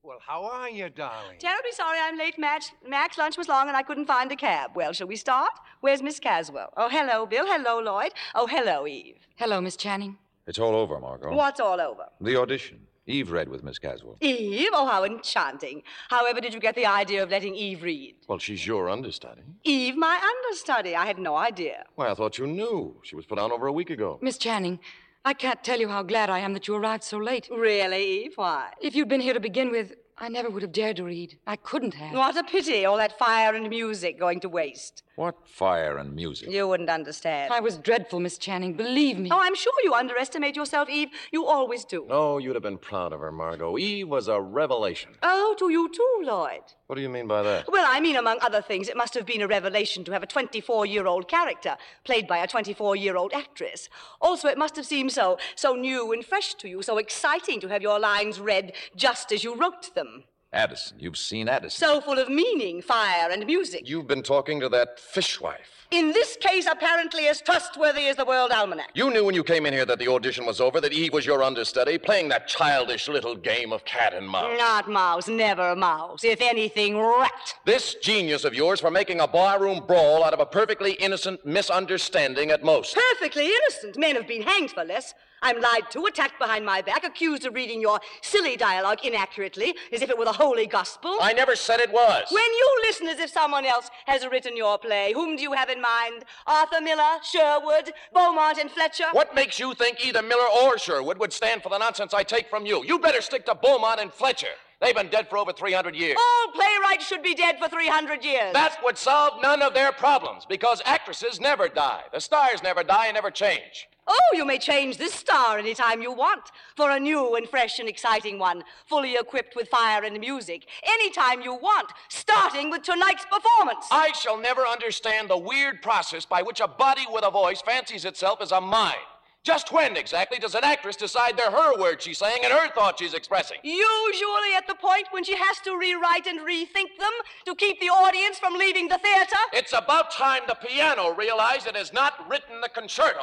[SPEAKER 16] Well, how are you, darling?
[SPEAKER 12] Terribly sorry I'm late, Max. Max, lunch was long and I couldn't find a cab. Well, shall we start? Where's Miss Caswell? Oh, hello, Bill. Hello, Lloyd. Oh, hello, Eve.
[SPEAKER 9] Hello, Miss Channing.
[SPEAKER 17] It's all over, Margot.
[SPEAKER 12] What's all over?
[SPEAKER 17] The audition. Eve read with Miss Caswell.
[SPEAKER 12] Eve? Oh, how enchanting. However, did you get the idea of letting Eve read?
[SPEAKER 10] Well, she's your understudy.
[SPEAKER 12] Eve, my understudy. I had no idea.
[SPEAKER 10] Why, I thought you knew. She was put on over a week ago.
[SPEAKER 9] Miss Channing, I can't tell you how glad I am that you arrived so late.
[SPEAKER 12] Really, Eve? Why?
[SPEAKER 9] If you'd been here to begin with, I never would have dared to read. I couldn't have.
[SPEAKER 12] What a pity, all that fire and music going to waste.
[SPEAKER 17] What fire and music.
[SPEAKER 12] You wouldn't understand.
[SPEAKER 9] I was dreadful, Miss Channing. Believe me.
[SPEAKER 12] Oh, I'm sure you underestimate yourself, Eve. You always do.
[SPEAKER 10] Oh, you'd have been proud of her, Margot. Eve was a revelation.
[SPEAKER 12] Oh, to you too, Lloyd.
[SPEAKER 10] What do you mean by that?
[SPEAKER 12] Well, I mean, among other things, it must have been a revelation to have a 24 year old character played by a 24 year old actress. Also, it must have seemed so, so new and fresh to you, so exciting to have your lines read just as you wrote them.
[SPEAKER 17] Addison. You've seen Addison.
[SPEAKER 12] So full of meaning, fire, and music.
[SPEAKER 10] You've been talking to that fishwife.
[SPEAKER 12] In this case, apparently as trustworthy as the World Almanac.
[SPEAKER 10] You knew when you came in here that the audition was over, that Eve was your understudy, playing that childish little game of cat and mouse.
[SPEAKER 12] Not mouse, never a mouse. If anything, rat.
[SPEAKER 10] This genius of yours for making a barroom brawl out of a perfectly innocent misunderstanding at most.
[SPEAKER 12] Perfectly innocent. Men have been hanged for less. I'm lied to, attacked behind my back, accused of reading your silly dialogue inaccurately, as if it were the holy gospel.
[SPEAKER 10] I never said it was.
[SPEAKER 12] When you listen as if someone else has written your play, whom do you have in mind? Arthur Miller, Sherwood, Beaumont, and Fletcher?
[SPEAKER 10] What makes you think either Miller or Sherwood would stand for the nonsense I take from you? You better stick to Beaumont and Fletcher. They've been dead for over 300 years.
[SPEAKER 12] All playwrights should be dead for 300 years.
[SPEAKER 10] That would solve none of their problems because actresses never die. The stars never die and never change.
[SPEAKER 12] Oh, you may change this star any time you want for a new and fresh and exciting one, fully equipped with fire and music, any time you want, starting with tonight's performance.
[SPEAKER 10] I shall never understand the weird process by which a body with a voice fancies itself as a mind. Just when exactly does an actress decide they're her words she's saying and her thoughts she's expressing?
[SPEAKER 12] Usually at the point when she has to rewrite and rethink them to keep the audience from leaving the theater.
[SPEAKER 10] It's about time the piano realized it has not written the concerto.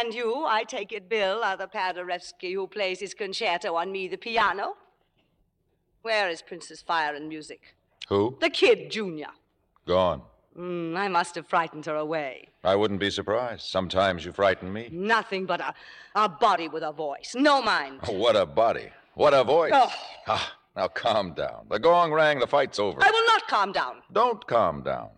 [SPEAKER 12] And you, I take it, Bill, are the Paderewski who plays his concerto on me, the piano? Where is Princess Fire and Music?
[SPEAKER 17] Who?
[SPEAKER 12] The kid, Junior.
[SPEAKER 17] Gone.
[SPEAKER 12] Mm, I must have frightened her away.
[SPEAKER 17] I wouldn't be surprised. Sometimes you frighten me.
[SPEAKER 12] Nothing but a, a body with a voice. No mind.
[SPEAKER 17] Oh, what a body. What a voice.
[SPEAKER 12] Oh.
[SPEAKER 17] Ah, now calm down. The gong rang, the fight's over.
[SPEAKER 12] I will not calm down.
[SPEAKER 17] Don't calm down.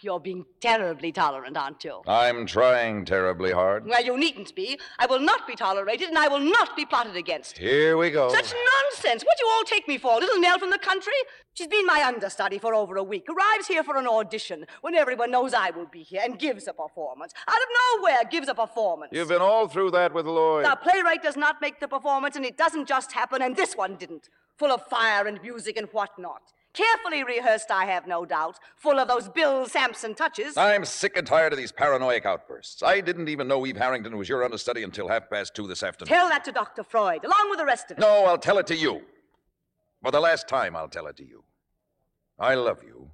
[SPEAKER 12] You're being terribly tolerant, aren't you?
[SPEAKER 17] I'm trying terribly hard.
[SPEAKER 12] Well, you needn't be. I will not be tolerated, and I will not be plotted against.
[SPEAKER 17] Here we go.
[SPEAKER 12] Such nonsense! What do you all take me for? Little Nell from the country? She's been my understudy for over a week. Arrives here for an audition when everyone knows I will be here and gives a performance. Out of nowhere, gives a performance.
[SPEAKER 17] You've been all through that with Lloyd.
[SPEAKER 12] The playwright does not make the performance, and it doesn't just happen, and this one didn't. Full of fire and music and whatnot. Carefully rehearsed, I have no doubt. Full of those Bill Sampson touches.
[SPEAKER 13] I'm sick and tired of these paranoid outbursts. I didn't even know Eve Harrington was your understudy until half past two this afternoon.
[SPEAKER 12] Tell that to Dr. Freud, along with the rest of it.
[SPEAKER 13] No, I'll tell it to you. For the last time, I'll tell it to you. I love you.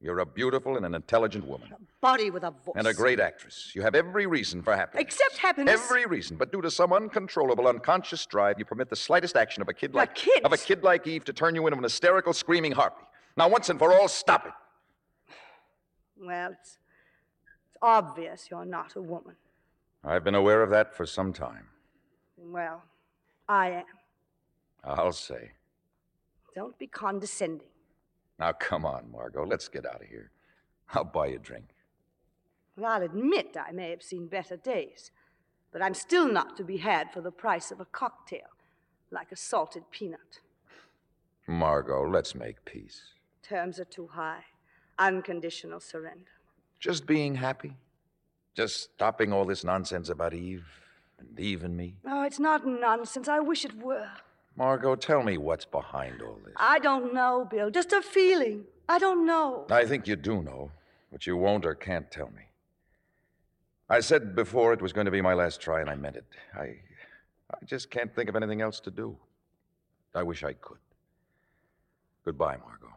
[SPEAKER 13] You're a beautiful and an intelligent woman,
[SPEAKER 12] Body with a voice.
[SPEAKER 13] and a great actress. You have every reason for happiness.
[SPEAKER 12] Except happiness.
[SPEAKER 13] Every reason, but due to some uncontrollable, unconscious drive, you permit the slightest action of a kid like
[SPEAKER 12] kid?
[SPEAKER 13] of a kid like Eve to turn you into an hysterical, screaming harpy. Now, once and for all, stop it.
[SPEAKER 12] Well, it's, it's obvious you're not a woman.
[SPEAKER 13] I've been aware of that for some time.
[SPEAKER 12] Well, I am.
[SPEAKER 13] I'll say.
[SPEAKER 12] Don't be condescending.
[SPEAKER 13] Now, come on, Margot. Let's get out of here. I'll buy you a drink.
[SPEAKER 12] Well, I'll admit I may have seen better days, but I'm still not to be had for the price of a cocktail, like a salted peanut.
[SPEAKER 13] Margot, let's make peace.
[SPEAKER 12] Terms are too high. Unconditional surrender.
[SPEAKER 13] Just being happy. Just stopping all this nonsense about Eve and Eve and me.
[SPEAKER 12] Oh, it's not nonsense. I wish it were.
[SPEAKER 13] Margot, tell me what's behind all this.
[SPEAKER 12] I don't know, Bill. Just a feeling. I don't know.
[SPEAKER 13] I think you do know, but you won't or can't tell me. I said before it was going to be my last try, and I meant it. I, I just can't think of anything else to do. I wish I could. Goodbye, Margot.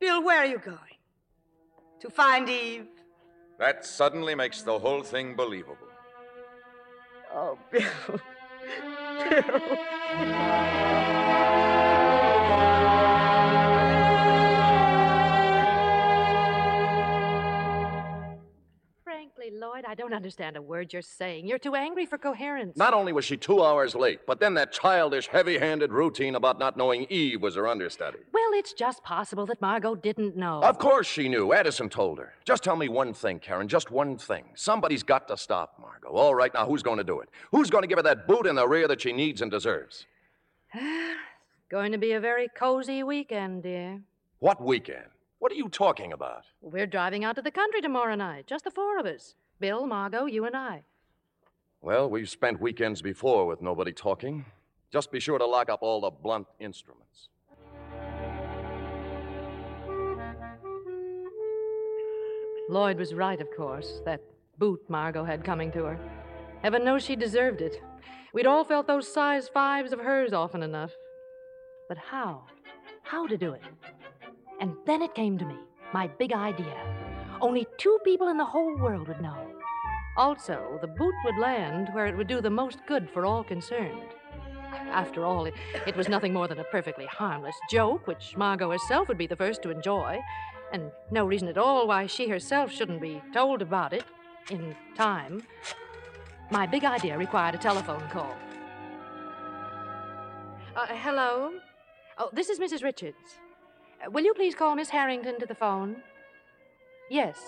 [SPEAKER 12] Bill, where are you going? To find Eve.
[SPEAKER 13] That suddenly makes the whole thing believable.
[SPEAKER 12] Oh, Bill. Bill.
[SPEAKER 8] Frankly, Lloyd, I don't understand a word you're saying. You're too angry for coherence.
[SPEAKER 10] Not only was she two hours late, but then that childish, heavy handed routine about not knowing Eve was her understudy.
[SPEAKER 8] Well, it's just possible that Margot didn't know.
[SPEAKER 10] Of course she knew. Addison told her. Just tell me one thing, Karen. Just one thing. Somebody's got to stop Margot. All right, now who's going to do it? Who's going to give her that boot in the rear that she needs and deserves?
[SPEAKER 8] Going to be a very cozy weekend, dear.
[SPEAKER 10] What weekend? What are you talking about?
[SPEAKER 8] We're driving out to the country tomorrow night, just the four of us Bill, Margot, you, and I.
[SPEAKER 10] Well, we've spent weekends before with nobody talking. Just be sure to lock up all the blunt instruments.
[SPEAKER 8] Lloyd was right, of course, that boot Margot had coming to her. Heaven knows she deserved it. We'd all felt those size fives of hers often enough. But how? How to do it? And then it came to me my big idea. Only two people in the whole world would know. Also, the boot would land where it would do the most good for all concerned. After all, it, it was nothing more than a perfectly harmless joke, which Margot herself would be the first to enjoy, and no reason at all why she herself shouldn't be told about it in time. My big idea required a telephone call. Uh, hello? Oh, this is Mrs. Richards. Uh, will you please call Miss Harrington to the phone? Yes,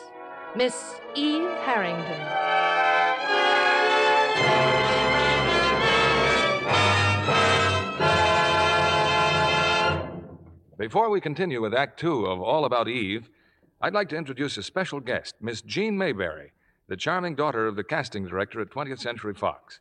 [SPEAKER 8] Miss Eve Harrington.
[SPEAKER 6] Before we continue with Act Two of All About Eve, I'd like to introduce a special guest, Miss Jean Mayberry, the charming daughter of the casting director at 20th Century Fox.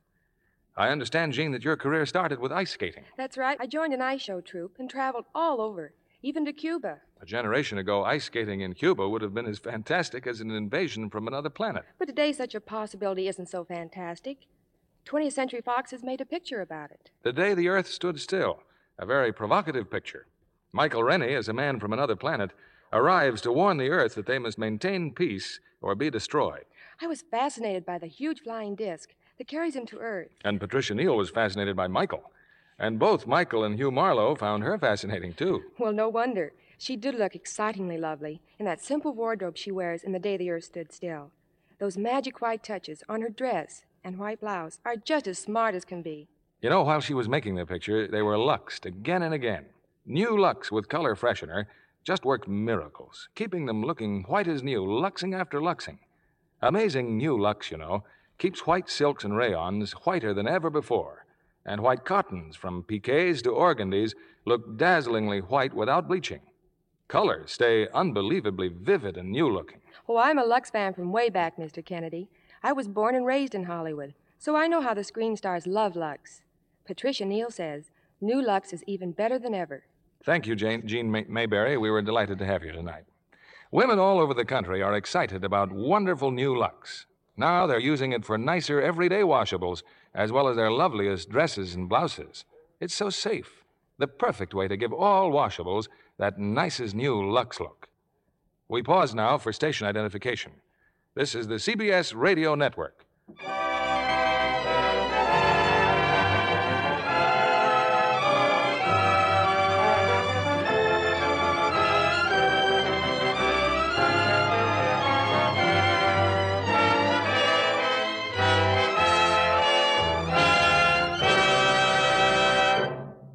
[SPEAKER 6] I understand, Jean, that your career started with ice skating.
[SPEAKER 18] That's right. I joined an ice show troupe and traveled all over, even to Cuba.
[SPEAKER 6] A generation ago, ice skating in Cuba would have been as fantastic as an invasion from another planet.
[SPEAKER 18] But today, such a possibility isn't so fantastic. 20th Century Fox has made a picture about it.
[SPEAKER 6] The day the Earth stood still, a very provocative picture. Michael Rennie, as a man from another planet, arrives to warn the Earth that they must maintain peace or be destroyed.
[SPEAKER 18] I was fascinated by the huge flying disc that carries him to Earth.
[SPEAKER 6] And Patricia Neal was fascinated by Michael. And both Michael and Hugh Marlowe found her fascinating, too.
[SPEAKER 18] Well, no wonder. She did look excitingly lovely in that simple wardrobe she wears in the day the earth stood still. Those magic white touches on her dress and white blouse are just as smart as can be.
[SPEAKER 6] You know, while she was making the picture, they were luxed again and again. New Lux with color freshener just worked miracles, keeping them looking white as new, luxing after luxing. Amazing new Lux, you know, keeps white silks and rayons whiter than ever before. And white cottons, from piques to organdies, look dazzlingly white without bleaching. Colors stay unbelievably vivid and new looking.
[SPEAKER 18] Oh, I'm a Lux fan from way back, Mr. Kennedy. I was born and raised in Hollywood, so I know how the screen stars love Lux. Patricia Neal says, New Lux is even better than ever.
[SPEAKER 6] Thank you, Jane, Jean May- Mayberry. We were delighted to have you tonight. Women all over the country are excited about wonderful new Lux. Now they're using it for nicer everyday washables, as well as their loveliest dresses and blouses. It's so safe. The perfect way to give all washables that nicest new Lux look. We pause now for station identification. This is the CBS Radio Network.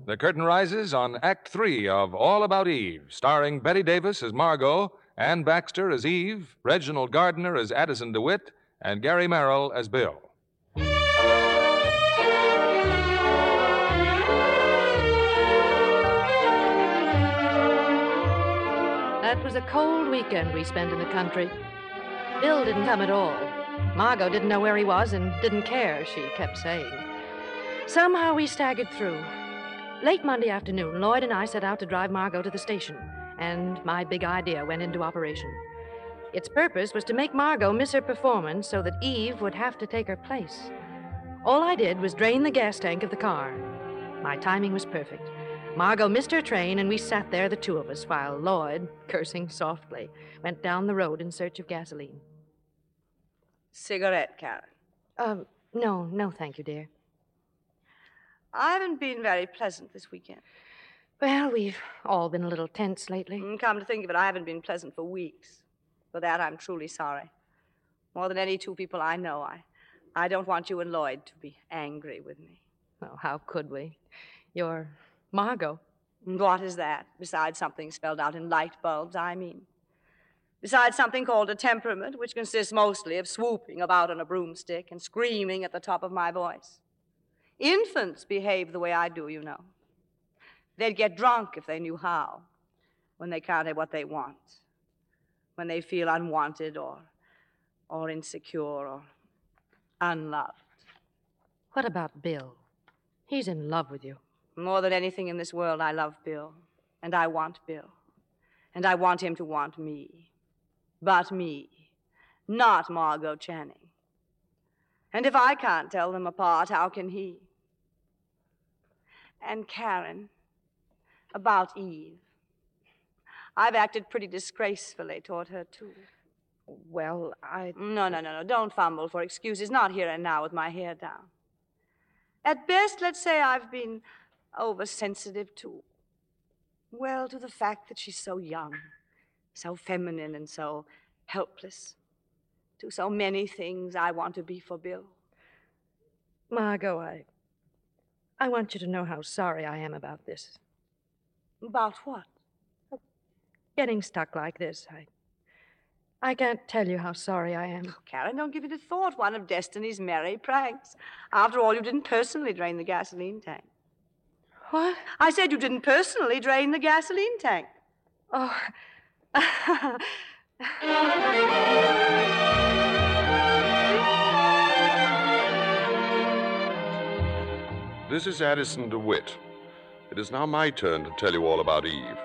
[SPEAKER 6] The curtain rises on Act Three of All About Eve, starring Betty Davis as Margot, Ann Baxter as Eve, Reginald Gardner as Addison DeWitt, and Gary Merrill as Bill.
[SPEAKER 8] That was a cold weekend we spent in the country. Bill didn't come at all. Margot didn't know where he was and didn't care, she kept saying. Somehow we staggered through. Late Monday afternoon, Lloyd and I set out to drive Margot to the station, and my big idea went into operation. Its purpose was to make Margot miss her performance so that Eve would have to take her place. All I did was drain the gas tank of the car. My timing was perfect. Margot missed her train, and we sat there, the two of us, while Lloyd, cursing softly, went down the road in search of gasoline.
[SPEAKER 12] Cigarette, Karen.
[SPEAKER 8] Um, no, no, thank you, dear.
[SPEAKER 12] I haven't been very pleasant this weekend.
[SPEAKER 8] Well, we've all been a little tense lately.
[SPEAKER 12] Mm, come to think of it, I haven't been pleasant for weeks. For that, I'm truly sorry. More than any two people I know, I, I don't want you and Lloyd to be angry with me.
[SPEAKER 8] Well, Oh, how could we? You're Margot.
[SPEAKER 12] What is that, besides something spelled out in light bulbs, I mean? Besides something called a temperament, which consists mostly of swooping about on a broomstick and screaming at the top of my voice. Infants behave the way I do, you know. They'd get drunk if they knew how, when they can't have what they want, when they feel unwanted or, or insecure or unloved.
[SPEAKER 8] What about Bill? He's in love with you.
[SPEAKER 12] More than anything in this world, I love Bill, and I want Bill, and I want him to want me. But me, not Margot Channing. And if I can't tell them apart, how can he? And Karen, about Eve. I've acted pretty disgracefully toward her, too.
[SPEAKER 8] Well, I.
[SPEAKER 12] No, no, no, no. Don't fumble for excuses. Not here and now with my hair down. At best, let's say I've been oversensitive to. Well, to the fact that she's so young, so feminine, and so helpless. To so many things I want to be for Bill.
[SPEAKER 8] Margot, I. I want you to know how sorry I am about this.
[SPEAKER 12] About what?
[SPEAKER 8] Getting stuck like this, I. I can't tell you how sorry I am.
[SPEAKER 12] Karen, don't give it a thought. One of Destiny's merry pranks. After all, you didn't personally drain the gasoline tank.
[SPEAKER 8] What?
[SPEAKER 12] I said you didn't personally drain the gasoline tank.
[SPEAKER 8] Oh.
[SPEAKER 7] This is Addison DeWitt. It is now my turn to tell you all about Eve.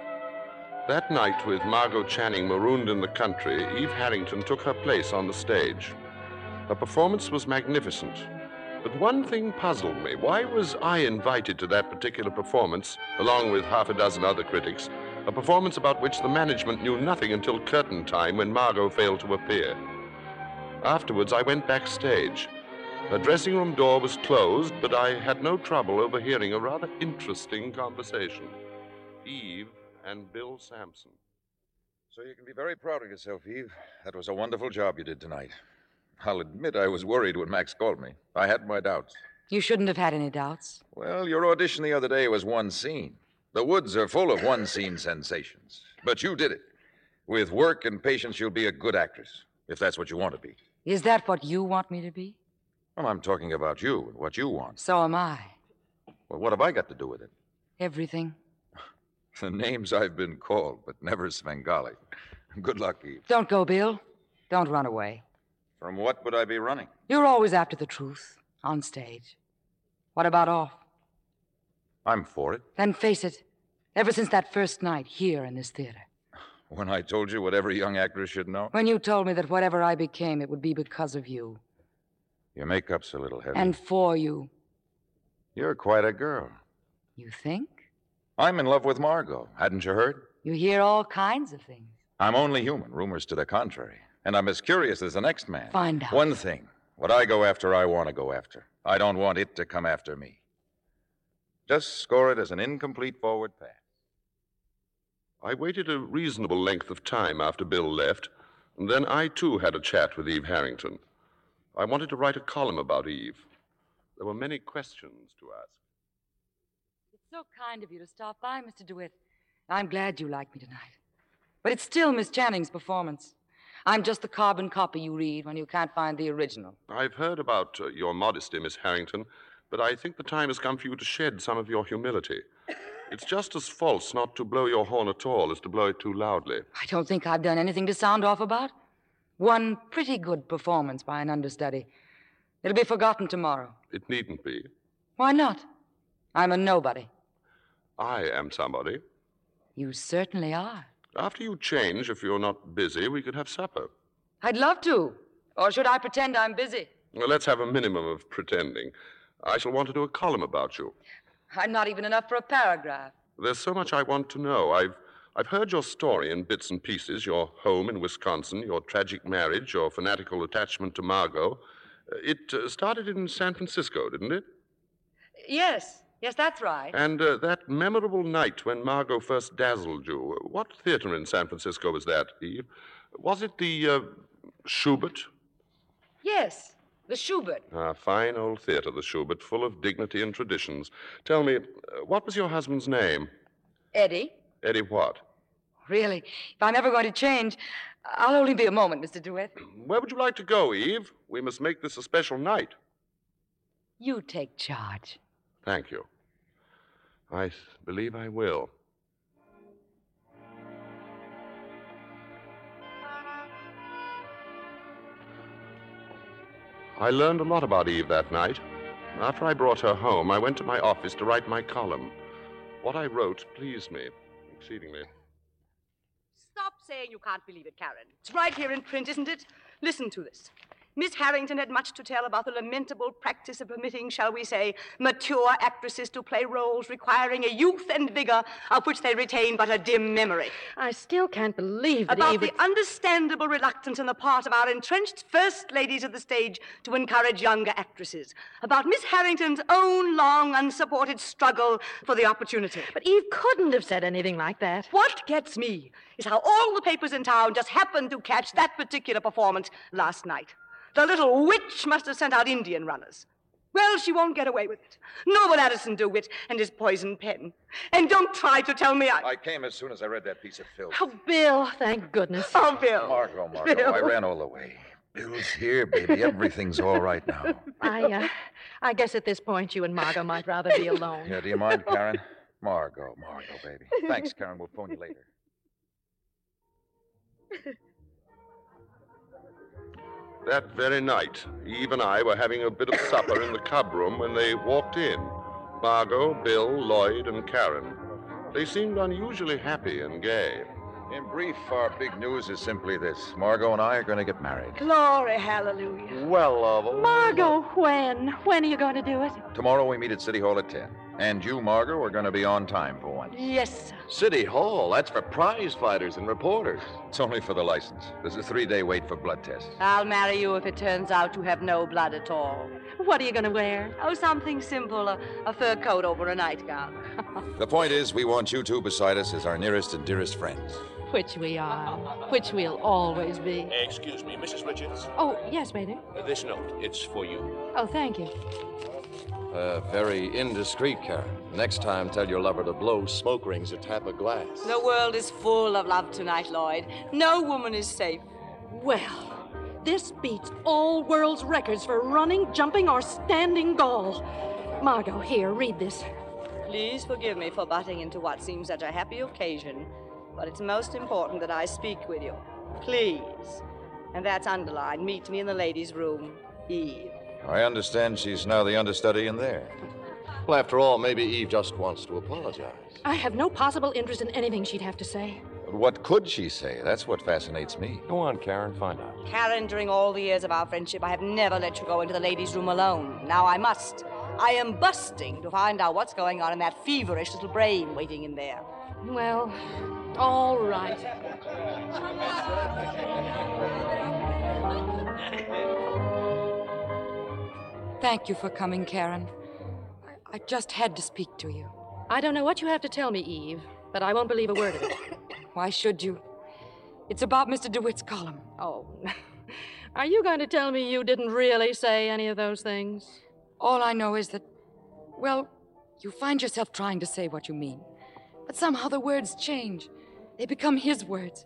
[SPEAKER 7] That night, with Margot Channing marooned in the country, Eve Harrington took her place on the stage. Her performance was magnificent. But one thing puzzled me. Why was I invited to that particular performance, along with half a dozen other critics, a performance about which the management knew nothing until curtain time when Margot failed to appear? Afterwards, I went backstage. The dressing room door was closed, but I had no trouble overhearing a rather interesting conversation. Eve and Bill Sampson.
[SPEAKER 13] So you can be very proud of yourself, Eve. That was a wonderful job you did tonight. I'll admit I was worried when Max called me. I had my doubts.
[SPEAKER 9] You shouldn't have had any doubts.
[SPEAKER 13] Well, your audition the other day was one scene. The woods are full of one scene sensations. But you did it. With work and patience, you'll be a good actress, if that's what you want to be.
[SPEAKER 9] Is that what you want me to be?
[SPEAKER 13] Well, I'm talking about you and what you want.
[SPEAKER 9] So am I.
[SPEAKER 13] Well, what have I got to do with it?
[SPEAKER 9] Everything.
[SPEAKER 13] The names I've been called, but never Svengali. Good luck, Eve.
[SPEAKER 9] Don't go, Bill. Don't run away.
[SPEAKER 13] From what would I be running?
[SPEAKER 9] You're always after the truth, on stage. What about off?
[SPEAKER 13] I'm for it.
[SPEAKER 9] Then face it. Ever since that first night here in this theater,
[SPEAKER 13] When I told you what every young actress should know,
[SPEAKER 9] when you told me that whatever I became, it would be because of you
[SPEAKER 13] your makeup's a little heavy.
[SPEAKER 9] and for you.
[SPEAKER 13] You're quite a girl.
[SPEAKER 9] You think?
[SPEAKER 13] I'm in love with Margot. Hadn't you heard?
[SPEAKER 9] You hear all kinds of things.
[SPEAKER 13] I'm only human, rumors to the contrary. And I'm as curious as the next man.
[SPEAKER 9] Find out.
[SPEAKER 13] One thing what I go after, I want to go after. I don't want it to come after me. Just score it as an incomplete forward pass.
[SPEAKER 7] I waited a reasonable length of time after Bill left, and then I too had a chat with Eve Harrington. I wanted to write a column about Eve. There were many questions to ask.
[SPEAKER 9] It's so kind of you to stop by, Mr. DeWitt. I'm glad you like me tonight. But it's still Miss Channing's performance. I'm just the carbon copy you read when you can't find the original.
[SPEAKER 7] I've heard about uh, your modesty, Miss Harrington, but I think the time has come for you to shed some of your humility. It's just as false not to blow your horn at all as to blow it too loudly.
[SPEAKER 9] I don't think I've done anything to sound off about. One pretty good performance by an understudy. It'll be forgotten tomorrow.
[SPEAKER 7] It needn't be.
[SPEAKER 9] Why not? I'm a nobody.
[SPEAKER 7] I am somebody.
[SPEAKER 9] You certainly are.
[SPEAKER 7] After you change, if you're not busy, we could have supper.
[SPEAKER 9] I'd love to. Or should I pretend I'm busy?
[SPEAKER 7] Well, let's have a minimum of pretending. I shall want to do a column about you.
[SPEAKER 9] I'm not even enough for a paragraph.
[SPEAKER 7] There's so much I want to know. I've I've heard your story in bits and pieces, your home in Wisconsin, your tragic marriage, your fanatical attachment to Margot. Uh, It uh, started in San Francisco, didn't it?
[SPEAKER 9] Yes, yes, that's right.
[SPEAKER 7] And uh, that memorable night when Margot first dazzled you. What theater in San Francisco was that, Eve? Was it the uh, Schubert?
[SPEAKER 9] Yes, the Schubert.
[SPEAKER 7] Ah, fine old theater, the Schubert, full of dignity and traditions. Tell me, uh, what was your husband's name?
[SPEAKER 9] Eddie?
[SPEAKER 7] Eddie what?
[SPEAKER 9] Really, if I'm ever going to change, I'll only be a moment, Mr. DeWitt.
[SPEAKER 7] Where would you like to go, Eve? We must make this a special night.
[SPEAKER 9] You take charge.
[SPEAKER 7] Thank you. I s- believe I will. I learned a lot about Eve that night. After I brought her home, I went to my office to write my column. What I wrote pleased me exceedingly.
[SPEAKER 12] Stop saying you can't believe it, Karen. It's right here in print, isn't it? Listen to this. Miss Harrington had much to tell about the lamentable practice of permitting, shall we say, mature actresses to play roles requiring a youth and vigor of which they retain but a dim memory.
[SPEAKER 8] I still can't believe that
[SPEAKER 12] About
[SPEAKER 8] Eve.
[SPEAKER 12] the understandable reluctance on the part of our entrenched first ladies of the stage to encourage younger actresses. About Miss Harrington's own long, unsupported struggle for the opportunity.
[SPEAKER 8] But Eve couldn't have said anything like that.
[SPEAKER 12] What gets me is how all the papers in town just happened to catch that particular performance last night. The little witch must have sent out Indian runners. Well, she won't get away with it. Nor will Addison DeWitt and his poison pen. And don't try to tell me I.
[SPEAKER 13] I came as soon as I read that piece of filth.
[SPEAKER 8] Oh, Bill, thank goodness.
[SPEAKER 12] Oh, Bill.
[SPEAKER 13] Margot, Margot, I
[SPEAKER 8] Bill.
[SPEAKER 13] ran all the way. Bill's here, baby. Everything's all right now.
[SPEAKER 8] I, uh, I guess at this point you and Margot might rather be alone.
[SPEAKER 13] Yeah, do you mind, Karen? Margot, Margot, baby. Thanks, Karen. We'll phone you later.
[SPEAKER 7] That very night, Eve and I were having a bit of supper in the cub room when they walked in Margot, Bill, Lloyd, and Karen. They seemed unusually happy and gay.
[SPEAKER 13] In brief, our big news is simply this Margot and I are going to get married.
[SPEAKER 12] Glory, hallelujah.
[SPEAKER 13] Well,
[SPEAKER 10] uh,
[SPEAKER 13] Lovell.
[SPEAKER 8] Margot, when? When are you going to do it?
[SPEAKER 13] Tomorrow we meet at City Hall at 10. And you, Margot, are going to be on time for once.
[SPEAKER 8] Yes, sir.
[SPEAKER 10] City Hall, that's for prize fighters and reporters.
[SPEAKER 13] It's only for the license. There's a three day wait for blood tests.
[SPEAKER 12] I'll marry you if it turns out you have no blood at all.
[SPEAKER 8] What are you going to wear?
[SPEAKER 12] Oh, something simple a, a fur coat over a nightgown,
[SPEAKER 13] The point is, we want you two beside us as our nearest and dearest friends.
[SPEAKER 8] Which we are, which we'll always be.
[SPEAKER 19] Excuse me, Mrs. Richards.
[SPEAKER 8] Oh, yes, waiter.
[SPEAKER 19] Uh, This note, it's for you.
[SPEAKER 8] Oh, thank you.
[SPEAKER 10] Uh, very indiscreet, Karen. Next time, tell your lover to blow smoke rings at tap a glass.
[SPEAKER 12] The world is full of love tonight, Lloyd. No woman is safe.
[SPEAKER 8] Well, this beats all world's records for running, jumping, or standing goal. Margot, here, read this.
[SPEAKER 12] Please forgive me for butting into what seems such a happy occasion, but it's most important that I speak with you. Please. And that's underlined. Meet me in the ladies' room, Eve.
[SPEAKER 13] I understand she's now the understudy in there.
[SPEAKER 10] Well, after all, maybe Eve just wants to apologize.
[SPEAKER 8] I have no possible interest in anything she'd have to say.
[SPEAKER 13] But what could she say? That's what fascinates me.
[SPEAKER 10] Go on, Karen, find out.
[SPEAKER 12] Karen, during all the years of our friendship, I have never let you go into the ladies' room alone. Now I must. I am busting to find out what's going on in that feverish little brain waiting in there.
[SPEAKER 8] Well, all right.
[SPEAKER 9] Thank you for coming, Karen. I, I just had to speak to you.
[SPEAKER 8] I don't know what you have to tell me, Eve, but I won't believe a word of it.
[SPEAKER 9] Why should you? It's about Mr. DeWitt's column.
[SPEAKER 8] Oh. Are you going to tell me you didn't really say any of those things?
[SPEAKER 9] All I know is that, well, you find yourself trying to say what you mean. But somehow the words change. They become his words.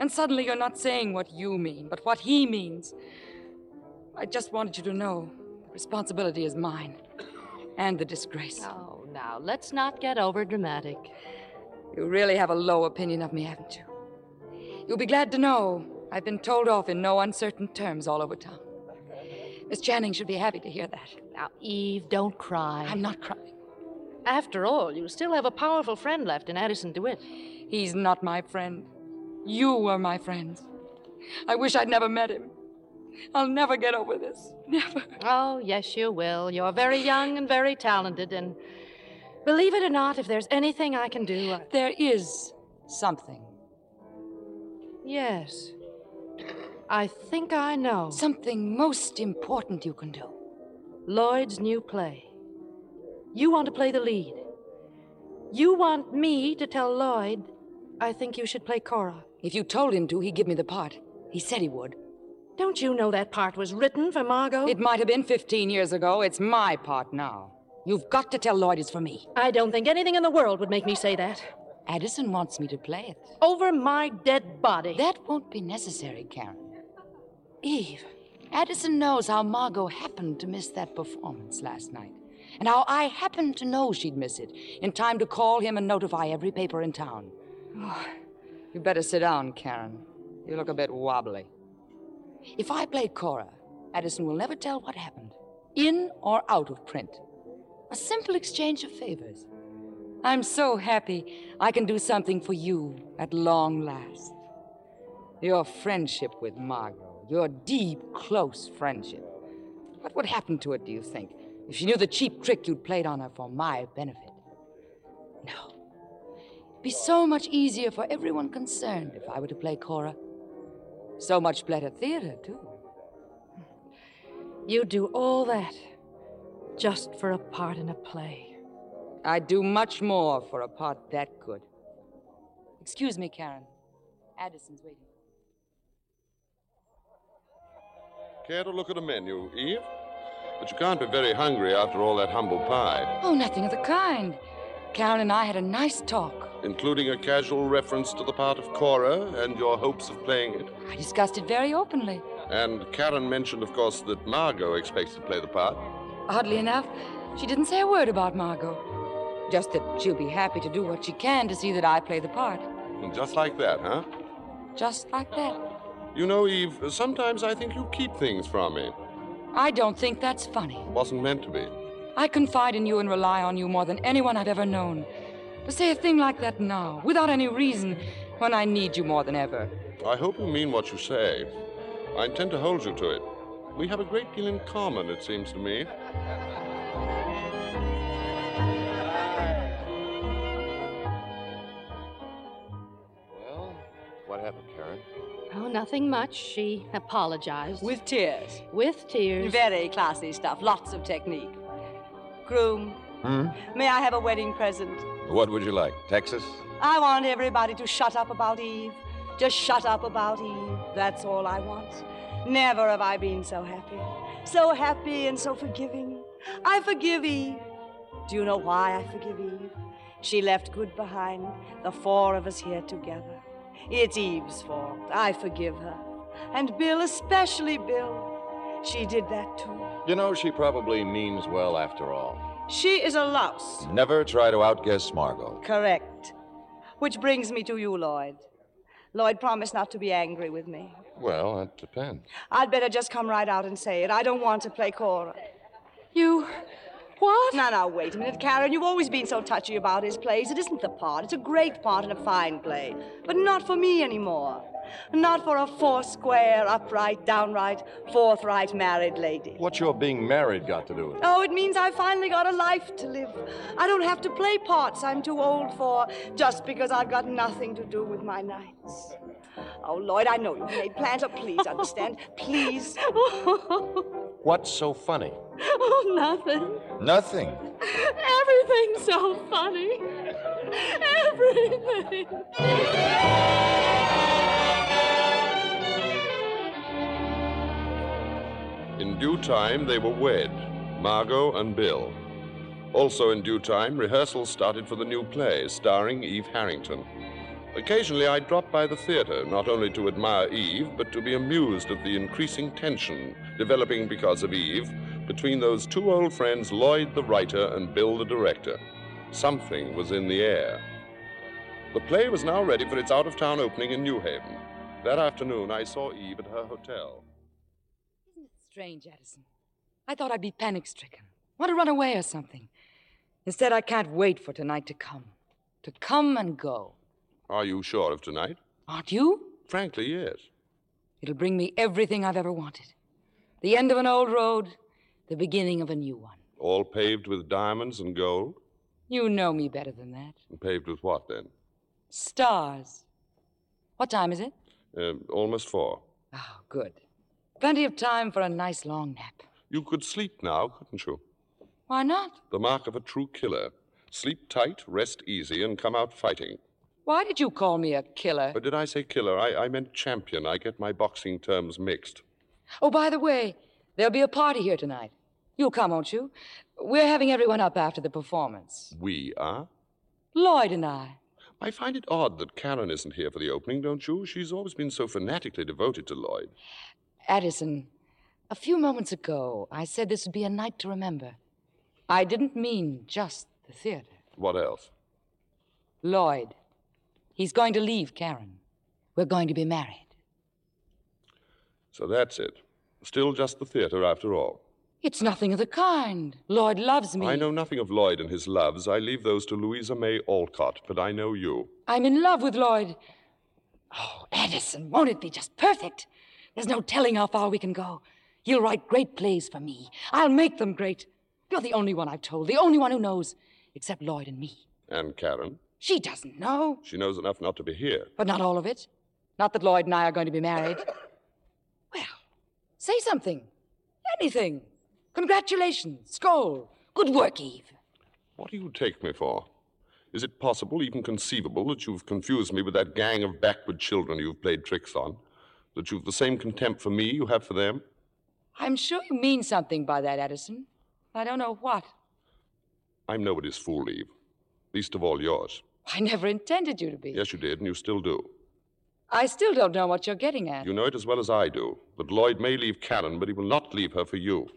[SPEAKER 9] And suddenly you're not saying what you mean, but what he means. I just wanted you to know the responsibility is mine. And the disgrace.
[SPEAKER 8] Oh, now, let's not get over dramatic.
[SPEAKER 9] You really have a low opinion of me, haven't you? You'll be glad to know I've been told off in no uncertain terms all over town. Miss Channing should be happy to hear that.
[SPEAKER 8] Now, Eve, don't cry.
[SPEAKER 9] I'm not crying.
[SPEAKER 8] After all, you still have a powerful friend left in Addison DeWitt.
[SPEAKER 9] He's not my friend. You were my friends. I wish I'd never met him. I'll never get over this. Never.
[SPEAKER 8] Oh, yes, you will. You're very young and very talented, and believe it or not, if there's anything I can do. I...
[SPEAKER 9] There is something.
[SPEAKER 8] Yes. I think I know.
[SPEAKER 9] Something most important you can do.
[SPEAKER 8] Lloyd's new play. You want to play the lead. You want me to tell Lloyd I think you should play Cora.
[SPEAKER 9] If you told him to, he'd give me the part. He said he would.
[SPEAKER 8] Don't you know that part was written for Margot?
[SPEAKER 9] It might have been 15 years ago. It's my part now. You've got to tell Lloyd it's for me.
[SPEAKER 8] I don't think anything in the world would make me say that.
[SPEAKER 9] Addison wants me to play it.
[SPEAKER 8] Over my dead body.
[SPEAKER 9] That won't be necessary, Karen.
[SPEAKER 8] Eve.
[SPEAKER 9] Addison knows how Margot happened to miss that performance last night, and how I happened to know she'd miss it in time to call him and notify every paper in town. Oh. you better sit down, Karen. You look a bit wobbly. If I play Cora, Addison will never tell what happened, in or out of print. A simple exchange of favors. I'm so happy I can do something for you at long last. Your friendship with Margot, your deep, close friendship. What would happen to it, do you think, if she knew the cheap trick you'd played on her for my benefit? No. It'd be so much easier for everyone concerned if I were to play Cora. So much better theater, too. Hmm.
[SPEAKER 8] You do all that just for a part in a play.
[SPEAKER 9] I'd do much more for a part that good. Excuse me, Karen. Addison's waiting.
[SPEAKER 7] Care to look at a menu, Eve? But you can't be very hungry after all that humble pie,
[SPEAKER 9] Oh, nothing of the kind. Karen and I had a nice talk.
[SPEAKER 7] including a casual reference to the part of Cora and your hopes of playing it.
[SPEAKER 9] I discussed it very openly.
[SPEAKER 7] And Karen mentioned, of course, that Margot expects to play the part.
[SPEAKER 9] Oddly enough, she didn't say a word about Margot. Just that she'll be happy to do what she can to see that I play the part.
[SPEAKER 7] And just like that, huh?
[SPEAKER 9] Just like that.
[SPEAKER 7] You know, Eve, sometimes I think you keep things from me.
[SPEAKER 9] I don't think that's funny.
[SPEAKER 7] Wasn't meant to be.
[SPEAKER 9] I confide in you and rely on you more than anyone I've ever known. To say a thing like that now, without any reason, when I need you more than ever.
[SPEAKER 7] I hope you mean what you say. I intend to hold you to it. We have a great deal in common, it seems to me.
[SPEAKER 19] Well, what happened, Karen?
[SPEAKER 8] Oh, nothing much. She apologized.
[SPEAKER 12] With tears.
[SPEAKER 8] With tears.
[SPEAKER 12] Very classy stuff. Lots of technique. Groom,
[SPEAKER 13] Hmm?
[SPEAKER 12] may I have a wedding present?
[SPEAKER 13] What would you like? Texas?
[SPEAKER 12] I want everybody to shut up about Eve. Just shut up about Eve. That's all I want. Never have I been so happy. So happy and so forgiving. I forgive Eve. Do you know why I forgive Eve? She left good behind, the four of us here together. It's Eve's fault. I forgive her. And Bill, especially Bill. She did that too.
[SPEAKER 10] You know, she probably means well after all.
[SPEAKER 12] She is a louse.
[SPEAKER 17] Never try to outguess Margot.
[SPEAKER 12] Correct. Which brings me to you, Lloyd. Lloyd promised not to be angry with me.
[SPEAKER 7] Well, that depends.
[SPEAKER 12] I'd better just come right out and say it. I don't want to play Cora.
[SPEAKER 8] You. What?
[SPEAKER 12] Now, now, wait a minute, Karen. You've always been so touchy about his plays. It isn't the part. It's a great part and a fine play. But not for me anymore. Not for a four square, upright, downright, forthright married lady.
[SPEAKER 10] What's your being married got to do with it?
[SPEAKER 12] Oh, it means I've finally got a life to live. I don't have to play parts I'm too old for just because I've got nothing to do with my nights. Oh, Lloyd, I know you've made plans, but please understand. Please.
[SPEAKER 10] What's so funny?
[SPEAKER 8] Oh, nothing.
[SPEAKER 17] Nothing.
[SPEAKER 8] Everything's so funny. Everything.
[SPEAKER 7] In due time, they were wed, Margot and Bill. Also, in due time, rehearsals started for the new play starring Eve Harrington. Occasionally, I dropped by the theater not only to admire Eve, but to be amused at the increasing tension developing because of Eve between those two old friends, Lloyd the writer and Bill the director. Something was in the air. The play was now ready for its out of town opening in New Haven. That afternoon, I saw Eve at her hotel.
[SPEAKER 9] Strange, Addison. I thought I'd be panic stricken, want to run away or something. Instead, I can't wait for tonight to come. To come and go.
[SPEAKER 7] Are you sure of tonight?
[SPEAKER 9] Aren't you?
[SPEAKER 7] Frankly, yes.
[SPEAKER 9] It'll bring me everything I've ever wanted the end of an old road, the beginning of a new one.
[SPEAKER 7] All paved with diamonds and gold?
[SPEAKER 9] You know me better than that.
[SPEAKER 7] Paved with what then?
[SPEAKER 9] Stars. What time is it?
[SPEAKER 7] Um, almost four.
[SPEAKER 9] Oh, good. Plenty of time for a nice long nap.
[SPEAKER 7] You could sleep now, couldn't you?
[SPEAKER 9] Why not?
[SPEAKER 7] The mark of a true killer. Sleep tight, rest easy, and come out fighting.
[SPEAKER 9] Why did you call me a killer?
[SPEAKER 7] But did I say killer? I, I meant champion. I get my boxing terms mixed.
[SPEAKER 9] Oh, by the way, there'll be a party here tonight. You'll come, won't you? We're having everyone up after the performance.
[SPEAKER 7] We are?
[SPEAKER 9] Lloyd and I.
[SPEAKER 7] I find it odd that Karen isn't here for the opening, don't you? She's always been so fanatically devoted to Lloyd.
[SPEAKER 9] Addison, a few moments ago, I said this would be a night to remember. I didn't mean just the theater.
[SPEAKER 7] What else?
[SPEAKER 9] Lloyd. He's going to leave Karen. We're going to be married.
[SPEAKER 7] So that's it. Still just the theater after all.
[SPEAKER 9] It's nothing of the kind. Lloyd loves me.
[SPEAKER 7] I know nothing of Lloyd and his loves. I leave those to Louisa May Alcott, but I know you.
[SPEAKER 9] I'm in love with Lloyd. Oh, Addison, won't it be just perfect? There's no telling how far we can go. You'll write great plays for me. I'll make them great. You're the only one I've told, the only one who knows, except Lloyd and me.
[SPEAKER 7] And Karen.
[SPEAKER 9] She doesn't know,
[SPEAKER 7] She knows enough not to be here.
[SPEAKER 9] but not all of it. Not that Lloyd and I are going to be married. Well, say something. Anything. Congratulations. Skol. Good work, Eve.
[SPEAKER 7] What do you take me for? Is it possible, even conceivable, that you've confused me with that gang of backward children you've played tricks on? That you've the same contempt for me you have for them?
[SPEAKER 9] I'm sure you mean something by that, Addison. I don't know what.
[SPEAKER 7] I'm nobody's fool, Eve. Least of all yours.
[SPEAKER 9] I never intended you to be.
[SPEAKER 7] Yes, you did, and you still do.
[SPEAKER 9] I still don't know what you're getting at.
[SPEAKER 7] You know it as well as I do. That Lloyd may leave Karen, but he will not leave her for you.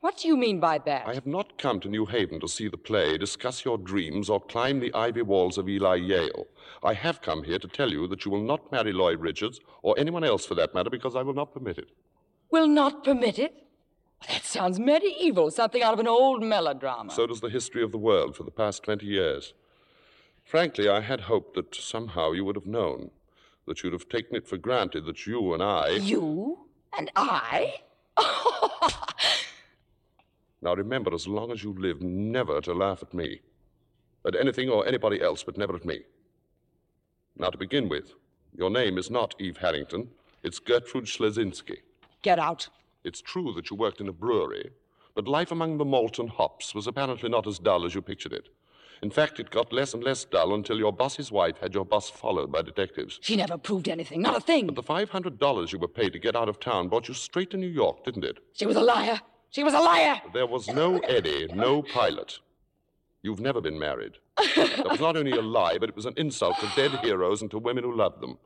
[SPEAKER 9] What do you mean by that?
[SPEAKER 7] I have not come to New Haven to see the play, discuss your dreams, or climb the ivy walls of Eli Yale. I have come here to tell you that you will not marry Lloyd Richards, or anyone else for that matter, because I will not permit it.
[SPEAKER 9] Will not permit it? That sounds medieval, something out of an old melodrama.
[SPEAKER 7] So does the history of the world for the past 20 years. Frankly, I had hoped that somehow you would have known. that you'd have taken it for granted that you and I.
[SPEAKER 9] You and I?
[SPEAKER 7] Now remember, as long as you live, never to laugh at me. At anything or anybody else, but never at me. Now, to begin with, your name is not Eve Harrington, it's Gertrude Schlesinski.
[SPEAKER 9] Get out.
[SPEAKER 7] It's true that you worked in a brewery, but life among the malt and hops was apparently not as dull as you pictured it. In fact, it got less and less dull until your boss's wife had your boss followed by detectives.
[SPEAKER 9] She never proved anything, not a thing.
[SPEAKER 7] But the $500 you were paid to get out of town brought you straight to New York, didn't it?
[SPEAKER 9] She was a liar. She was a liar.
[SPEAKER 7] There was no Eddie, no pilot. You've never been married. That was not only a lie, but it was an insult to dead heroes and to women who love them.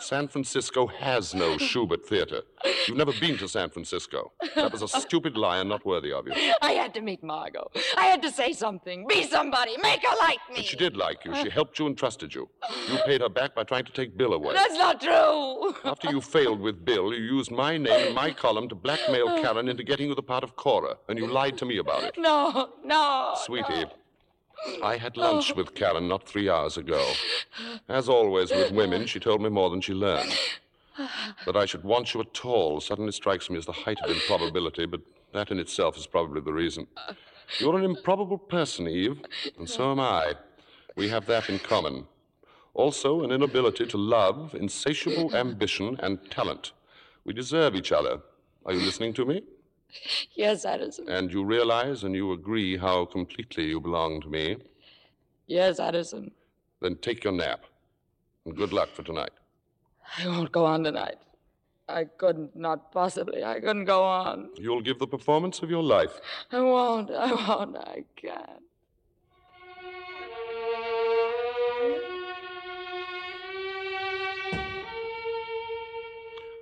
[SPEAKER 7] San Francisco has no Schubert Theater. You've never been to San Francisco. That was a stupid lie and not worthy of you.
[SPEAKER 9] I had to meet Margot. I had to say something, be somebody, make her like me.
[SPEAKER 7] But she did like you. She helped you and trusted you. You paid her back by trying to take Bill away.
[SPEAKER 9] That's not true.
[SPEAKER 7] After you failed with Bill, you used my name and my column to blackmail Karen into getting you the part of Cora, and you lied to me about it.
[SPEAKER 9] No, no.
[SPEAKER 7] Sweetie, I had lunch with Karen not three hours ago. As always with women, she told me more than she learned. That I should want you at all suddenly strikes me as the height of improbability, but that in itself is probably the reason. You're an improbable person, Eve, and so am I. We have that in common. Also, an inability to love, insatiable ambition, and talent. We deserve each other. Are you listening to me?
[SPEAKER 9] Yes, Addison.
[SPEAKER 7] And you realize and you agree how completely you belong to me.
[SPEAKER 9] Yes, Addison.
[SPEAKER 7] Then take your nap. And good luck for tonight.
[SPEAKER 9] I won't go on tonight. I couldn't, not possibly. I couldn't go on.
[SPEAKER 7] You'll give the performance of your life.
[SPEAKER 9] I won't. I won't. I can't.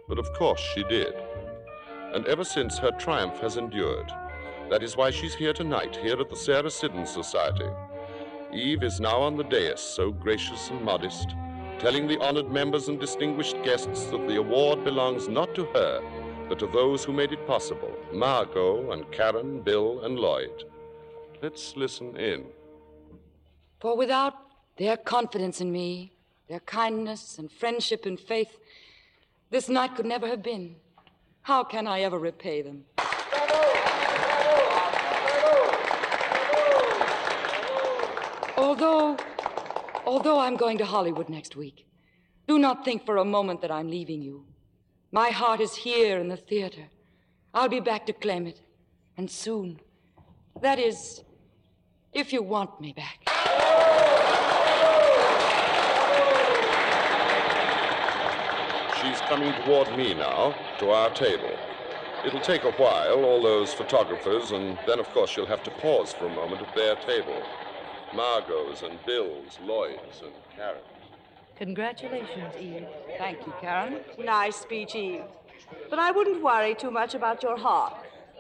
[SPEAKER 7] But of course she did. And ever since, her triumph has endured. That is why she's here tonight, here at the Sarah Siddons Society. Eve is now on the dais, so gracious and modest, telling the honored members and distinguished guests that the award belongs not to her, but to those who made it possible Margot and Karen, Bill, and Lloyd. Let's listen in.
[SPEAKER 9] For without their confidence in me, their kindness and friendship and faith, this night could never have been. How can I ever repay them? Although, although I'm going to Hollywood next week, do not think for a moment that I'm leaving you. My heart is here in the theater. I'll be back to claim it, and soon. That is, if you want me back.
[SPEAKER 7] She's coming toward me now, to our table. It'll take a while, all those photographers, and then, of course, she'll have to pause for a moment at their table. Margot's and Bill's, Lloyd's and Karen's.
[SPEAKER 8] Congratulations, Eve.
[SPEAKER 12] Thank you, Karen. Nice speech, Eve. But I wouldn't worry too much about your heart.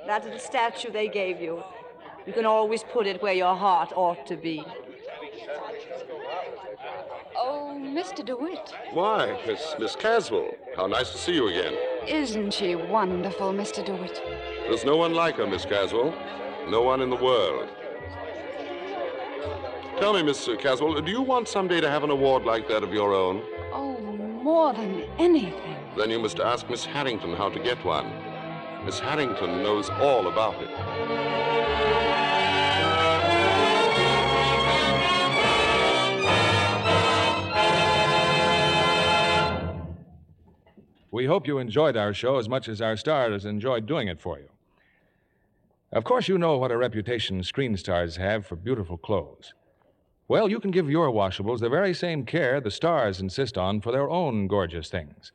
[SPEAKER 12] That little statue they gave you. You can always put it where your heart ought to be.
[SPEAKER 15] Oh, Mr. DeWitt.
[SPEAKER 7] Why, Miss, Miss Caswell, how nice to see you again.
[SPEAKER 15] Isn't she wonderful, Mr. DeWitt?
[SPEAKER 7] There's no one like her, Miss Caswell. No one in the world. Tell me, Miss Caswell, do you want someday to have an award like that of your own?
[SPEAKER 15] Oh, more than anything.
[SPEAKER 7] Then you must ask Miss Harrington how to get one. Miss Harrington knows all about it.
[SPEAKER 6] We hope you enjoyed our show as much as our stars enjoyed doing it for you. Of course, you know what a reputation screen stars have for beautiful clothes. Well, you can give your washables the very same care the stars insist on for their own gorgeous things.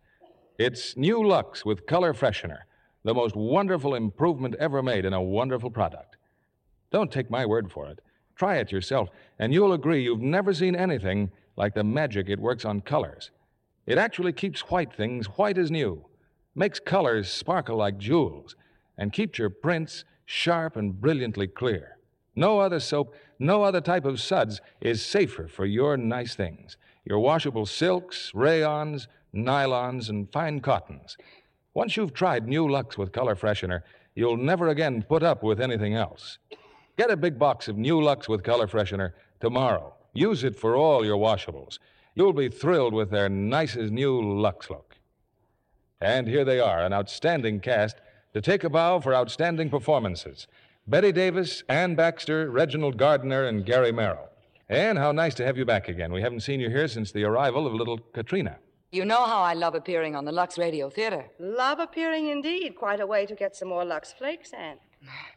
[SPEAKER 6] It's New Lux with Color Freshener, the most wonderful improvement ever made in a wonderful product. Don't take my word for it. Try it yourself, and you'll agree you've never seen anything like the magic it works on colors. It actually keeps white things white as new, makes colors sparkle like jewels, and keeps your prints sharp and brilliantly clear. No other soap, no other type of suds is safer for your nice things your washable silks, rayons, nylons, and fine cottons. Once you've tried New Lux with Color Freshener, you'll never again put up with anything else. Get a big box of New Lux with Color Freshener tomorrow. Use it for all your washables. You'll be thrilled with their nicest new Lux look. And here they are, an outstanding cast to take a bow for outstanding performances Betty Davis, Ann Baxter, Reginald Gardner, and Gary Merrill. Ann, how nice to have you back again. We haven't seen you here since the arrival of little Katrina.
[SPEAKER 9] You know how I love appearing on the Lux Radio Theater.
[SPEAKER 12] Love appearing indeed. Quite a way to get some more Lux Flakes, Anne.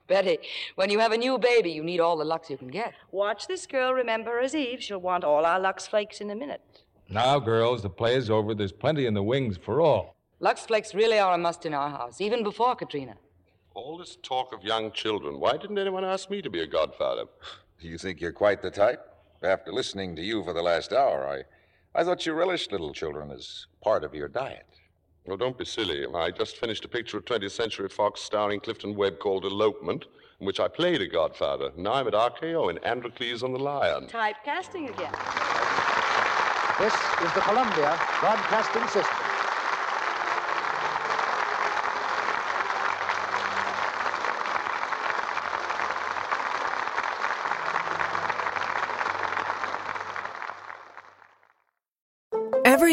[SPEAKER 9] Betty, when you have a new baby, you need all the Lux you can get.
[SPEAKER 12] Watch this girl, remember as Eve. She'll want all our Lux Flakes in a minute.
[SPEAKER 6] Now, girls, the play is over. There's plenty in the wings for all.
[SPEAKER 9] Lux Flakes really are a must in our house, even before Katrina.
[SPEAKER 7] All this talk of young children. Why didn't anyone ask me to be a godfather?
[SPEAKER 13] You think you're quite the type? After listening to you for the last hour, I, I thought you relished little children as part of your diet.
[SPEAKER 7] Well, don't be silly. I just finished a picture of 20th Century Fox starring Clifton Webb called Elopement, in which I played a godfather. Now I'm at RKO in Androcles and the Lion.
[SPEAKER 12] Typecasting again.
[SPEAKER 20] This is the Columbia Broadcasting System.
[SPEAKER 1] Every